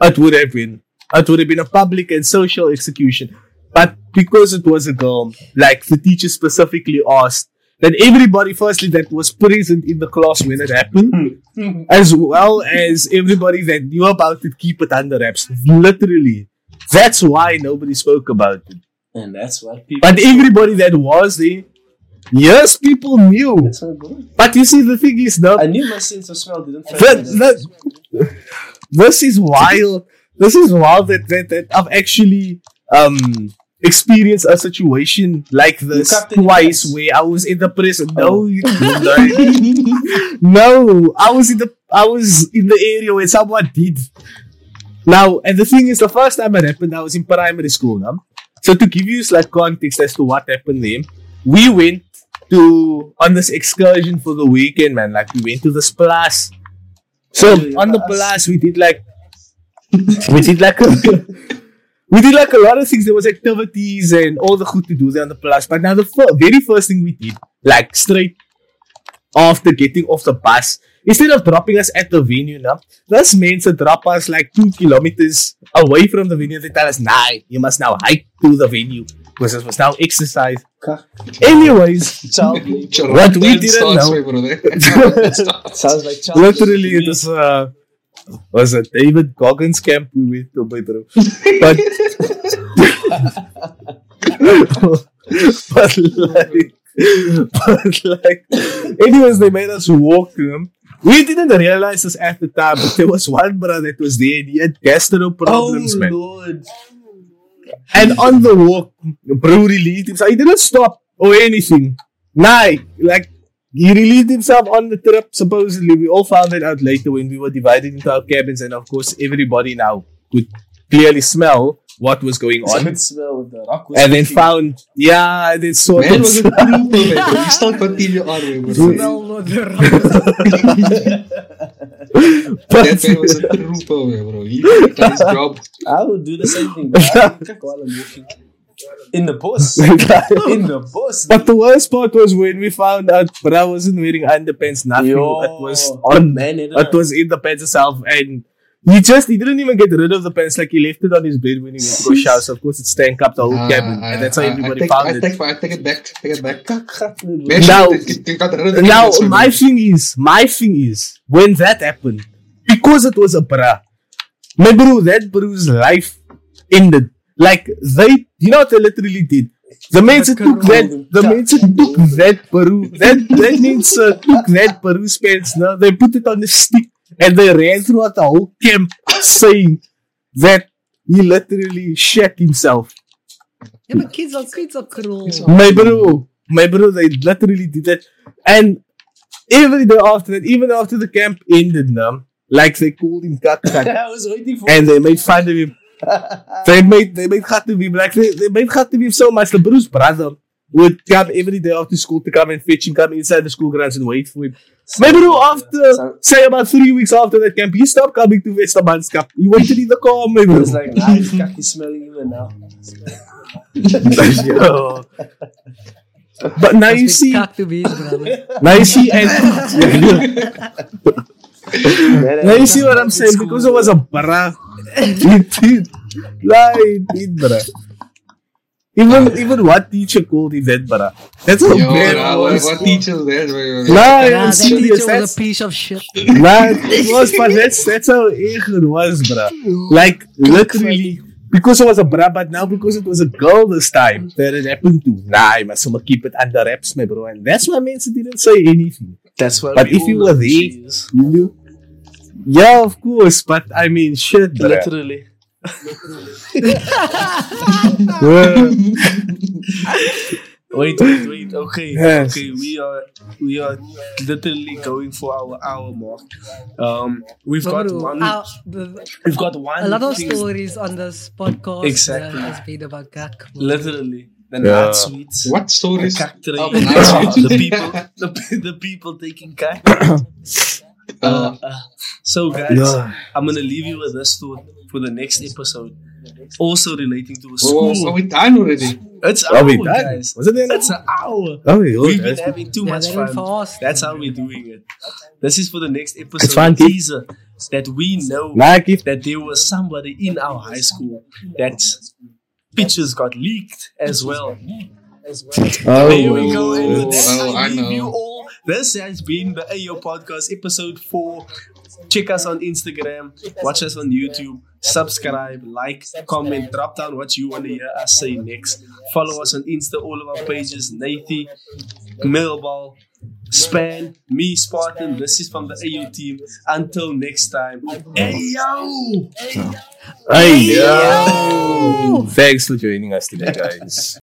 Speaker 2: It would have been. It would have been a public and social execution. But because it was a girl, like the teacher specifically asked that everybody, firstly, that was present in the class when it happened, as well as everybody that knew about it, keep it under wraps. Literally, that's why nobody spoke about it.
Speaker 1: And that's why people.
Speaker 2: But everybody that was there, yes, people knew.
Speaker 1: That's my boy.
Speaker 2: But you see, the thing is, now
Speaker 1: I knew my sense of smell didn't. fail
Speaker 2: that,
Speaker 1: me
Speaker 2: that this is wild. This is wild that, that, that I've actually um experienced a situation like this
Speaker 1: You cut the
Speaker 2: twice
Speaker 1: grass.
Speaker 2: where I was in the prison. No,
Speaker 1: Oh.
Speaker 2: you
Speaker 1: <laughs>
Speaker 2: don't. no, I was in the I was in the area where someone did. Now, and the thing is, the first time it happened, I was in primary school. Now, so to give you like context as to what happened there, we went to on this excursion for the weekend, man. Like we went to this place. So
Speaker 1: Yeah,
Speaker 2: on the
Speaker 1: us.
Speaker 2: place we did like <laughs> we did like <laughs> a, we did like a lot of things. There was activities and all the good to do there on the place. But now the fir- very first thing we did, like straight after getting off the bus, instead of dropping us at the venue, now this means to drop us like two kilometers away from the venue. They tell us, "Nah, you must now hike to the venue because this was now exercise." Anyways,
Speaker 1: Child
Speaker 2: <laughs>
Speaker 1: labor.
Speaker 2: What we didn't know. <laughs>
Speaker 1: Sounds like child
Speaker 2: Literally,
Speaker 1: labor.
Speaker 2: it was uh, was it David Goggins camp we went to, by the way. But, <laughs> but like, but like, anyways, they made us walk to them. We didn't realize this at the time, but there was one brother that was there and he had gastro problems,
Speaker 1: Oh
Speaker 2: man.
Speaker 1: lord!
Speaker 2: And on the walk, Bro relieved himself. He didn't stop or anything. Nah, like he relieved himself on the trip. Supposedly, we all found it out later when we were divided into our cabins, and of course, everybody now could clearly smell what was going
Speaker 1: It's a
Speaker 2: on.
Speaker 1: good smell with the rock. was
Speaker 2: And then
Speaker 1: cooking.
Speaker 2: found, yeah, and then sort
Speaker 4: Man
Speaker 2: of.
Speaker 4: was a trooper, man. You still continue on, my brother.
Speaker 3: Well, no, they're right.
Speaker 4: That man was a trooper, my bro. He did his job.
Speaker 1: I would do the same
Speaker 2: <laughs>
Speaker 1: thing. But I would cook while I'm walking. In the bus. In the bus.
Speaker 2: But the worst part was when we found out Bra wasn't wearing underpants, nothing.
Speaker 1: Yo,
Speaker 2: it was on
Speaker 1: man, it <laughs>
Speaker 2: it was in the pants itself and he just he didn't even get rid of the pants, like he left it on his bed when he went to go shower. So of course it stank up the whole
Speaker 4: Ah,
Speaker 2: cabin
Speaker 4: I-
Speaker 2: Oh, and that's how
Speaker 4: I- I
Speaker 2: everybody
Speaker 4: take-
Speaker 2: found
Speaker 4: I
Speaker 2: it.
Speaker 4: take- I take it back. Take it back.
Speaker 1: Cat-
Speaker 4: Man, she
Speaker 2: Now-
Speaker 4: did- she got rid of the
Speaker 2: now
Speaker 4: kids, my
Speaker 2: my
Speaker 4: brother.
Speaker 2: thing is, my thing is, when that happened, because it was a bra, my bro, that bro's life ended. Like they, you know what they literally did. The mens
Speaker 3: Like a
Speaker 2: took that, the mens took that baru, that that mens uh, took that baru's pants. Now they put it on a stick and they ran throughout the whole camp saying that he literally shat himself.
Speaker 3: yeah, but kids are kids are cruel.
Speaker 2: My bro, my bro, they literally did that. And every day after that, even after the camp ended, now Like they called him Cat
Speaker 1: <laughs>
Speaker 2: Cat.
Speaker 1: I was waiting for
Speaker 2: and they made fun of him. they made they made Khatibib like they, they made Khatibib so much. The Bruce brother would come every day after school to come and fetch him, come inside the school grounds and wait for him. Maybe no, after
Speaker 1: So-
Speaker 2: say about three weeks after that camp, he stopped coming to Westerman's camp. He waited in the car, maybe.
Speaker 1: It was like, nah, <laughs> he's cocky smelling even now.
Speaker 2: Yo. <laughs> But now you see,
Speaker 3: Cuck to be
Speaker 2: <laughs>
Speaker 3: his brother.
Speaker 2: now you see,
Speaker 1: <laughs>
Speaker 2: and now you see what I'm saying because it was a <laughs> bra. It did, like it did, bra. Even even what teacher called him that bra. That's a
Speaker 4: Yo,
Speaker 2: bad
Speaker 4: nah,
Speaker 2: word.
Speaker 4: what, what teacher there?
Speaker 2: Nah,
Speaker 4: bro?
Speaker 3: Nah,
Speaker 2: I'm
Speaker 3: that
Speaker 2: serious.
Speaker 3: teacher was
Speaker 2: That's
Speaker 3: a piece of shit.
Speaker 2: Nah, it was,
Speaker 3: <laughs>
Speaker 2: but that's that's how Ehud was, bruh. Like literally, because it was a bruh, but now because it was a girl this time that it happened to. Nah, man, so keep it under wraps, my bro. And that's why Manson didn't say anything.
Speaker 1: That's what.
Speaker 2: But if you were there- You know? Yeah, of course, but I mean, shit, bruh.
Speaker 1: literally.
Speaker 2: Yeah.
Speaker 1: Wait, wait, wait. Okay,
Speaker 2: Yes.
Speaker 1: okay. We are, we are literally going for our hour mark. Um, we've got
Speaker 3: Bro,
Speaker 1: one.
Speaker 3: uh, the-
Speaker 1: we've got one.
Speaker 3: a lot of
Speaker 1: thing-
Speaker 3: stories on this podcast
Speaker 1: Exactly.
Speaker 3: that has been about Gak.
Speaker 1: Literally, the
Speaker 2: Yeah.
Speaker 1: nut sweets.
Speaker 4: What
Speaker 1: The
Speaker 4: stories?
Speaker 1: cack trade. <laughs>
Speaker 4: Oh, the nut sweets.
Speaker 1: the people, the, pe- the people taking cack.
Speaker 4: Uh,
Speaker 1: Uh, uh, so, guys, I'm gonna leave you with this thought for the next episode. Also relating to a
Speaker 4: well,
Speaker 1: school.
Speaker 4: well, are we done already?
Speaker 1: It's an
Speaker 2: Are
Speaker 1: hour,
Speaker 2: we done?
Speaker 1: guys.
Speaker 2: Was it the end?
Speaker 1: It's an hour.
Speaker 2: Oh, yo,
Speaker 1: We've been
Speaker 2: that's-
Speaker 1: having too
Speaker 3: Yeah,
Speaker 1: much
Speaker 3: they're
Speaker 1: fun.
Speaker 3: fast.
Speaker 1: That's how we're doing it. This is for the next episode.
Speaker 2: It's fun, kid.
Speaker 1: teaser that we know
Speaker 2: Nah, keep
Speaker 1: that there was somebody in our high school that pictures got leaked as well.
Speaker 2: Oh,
Speaker 1: There we go. And with that,
Speaker 4: Oh,
Speaker 1: I
Speaker 4: I
Speaker 1: leave
Speaker 4: know.
Speaker 1: you all. This has been the AO Podcast, episode four. Check us on Instagram, watch us on YouTube, subscribe, like, comment, drop down what you want to hear us say next. Follow us on Insta, all of our pages, Nathy, Millball, Span, me, Spartan. This is from the AO team. Until next time. AO!
Speaker 2: Hey, yo. Thanks for joining us today, guys.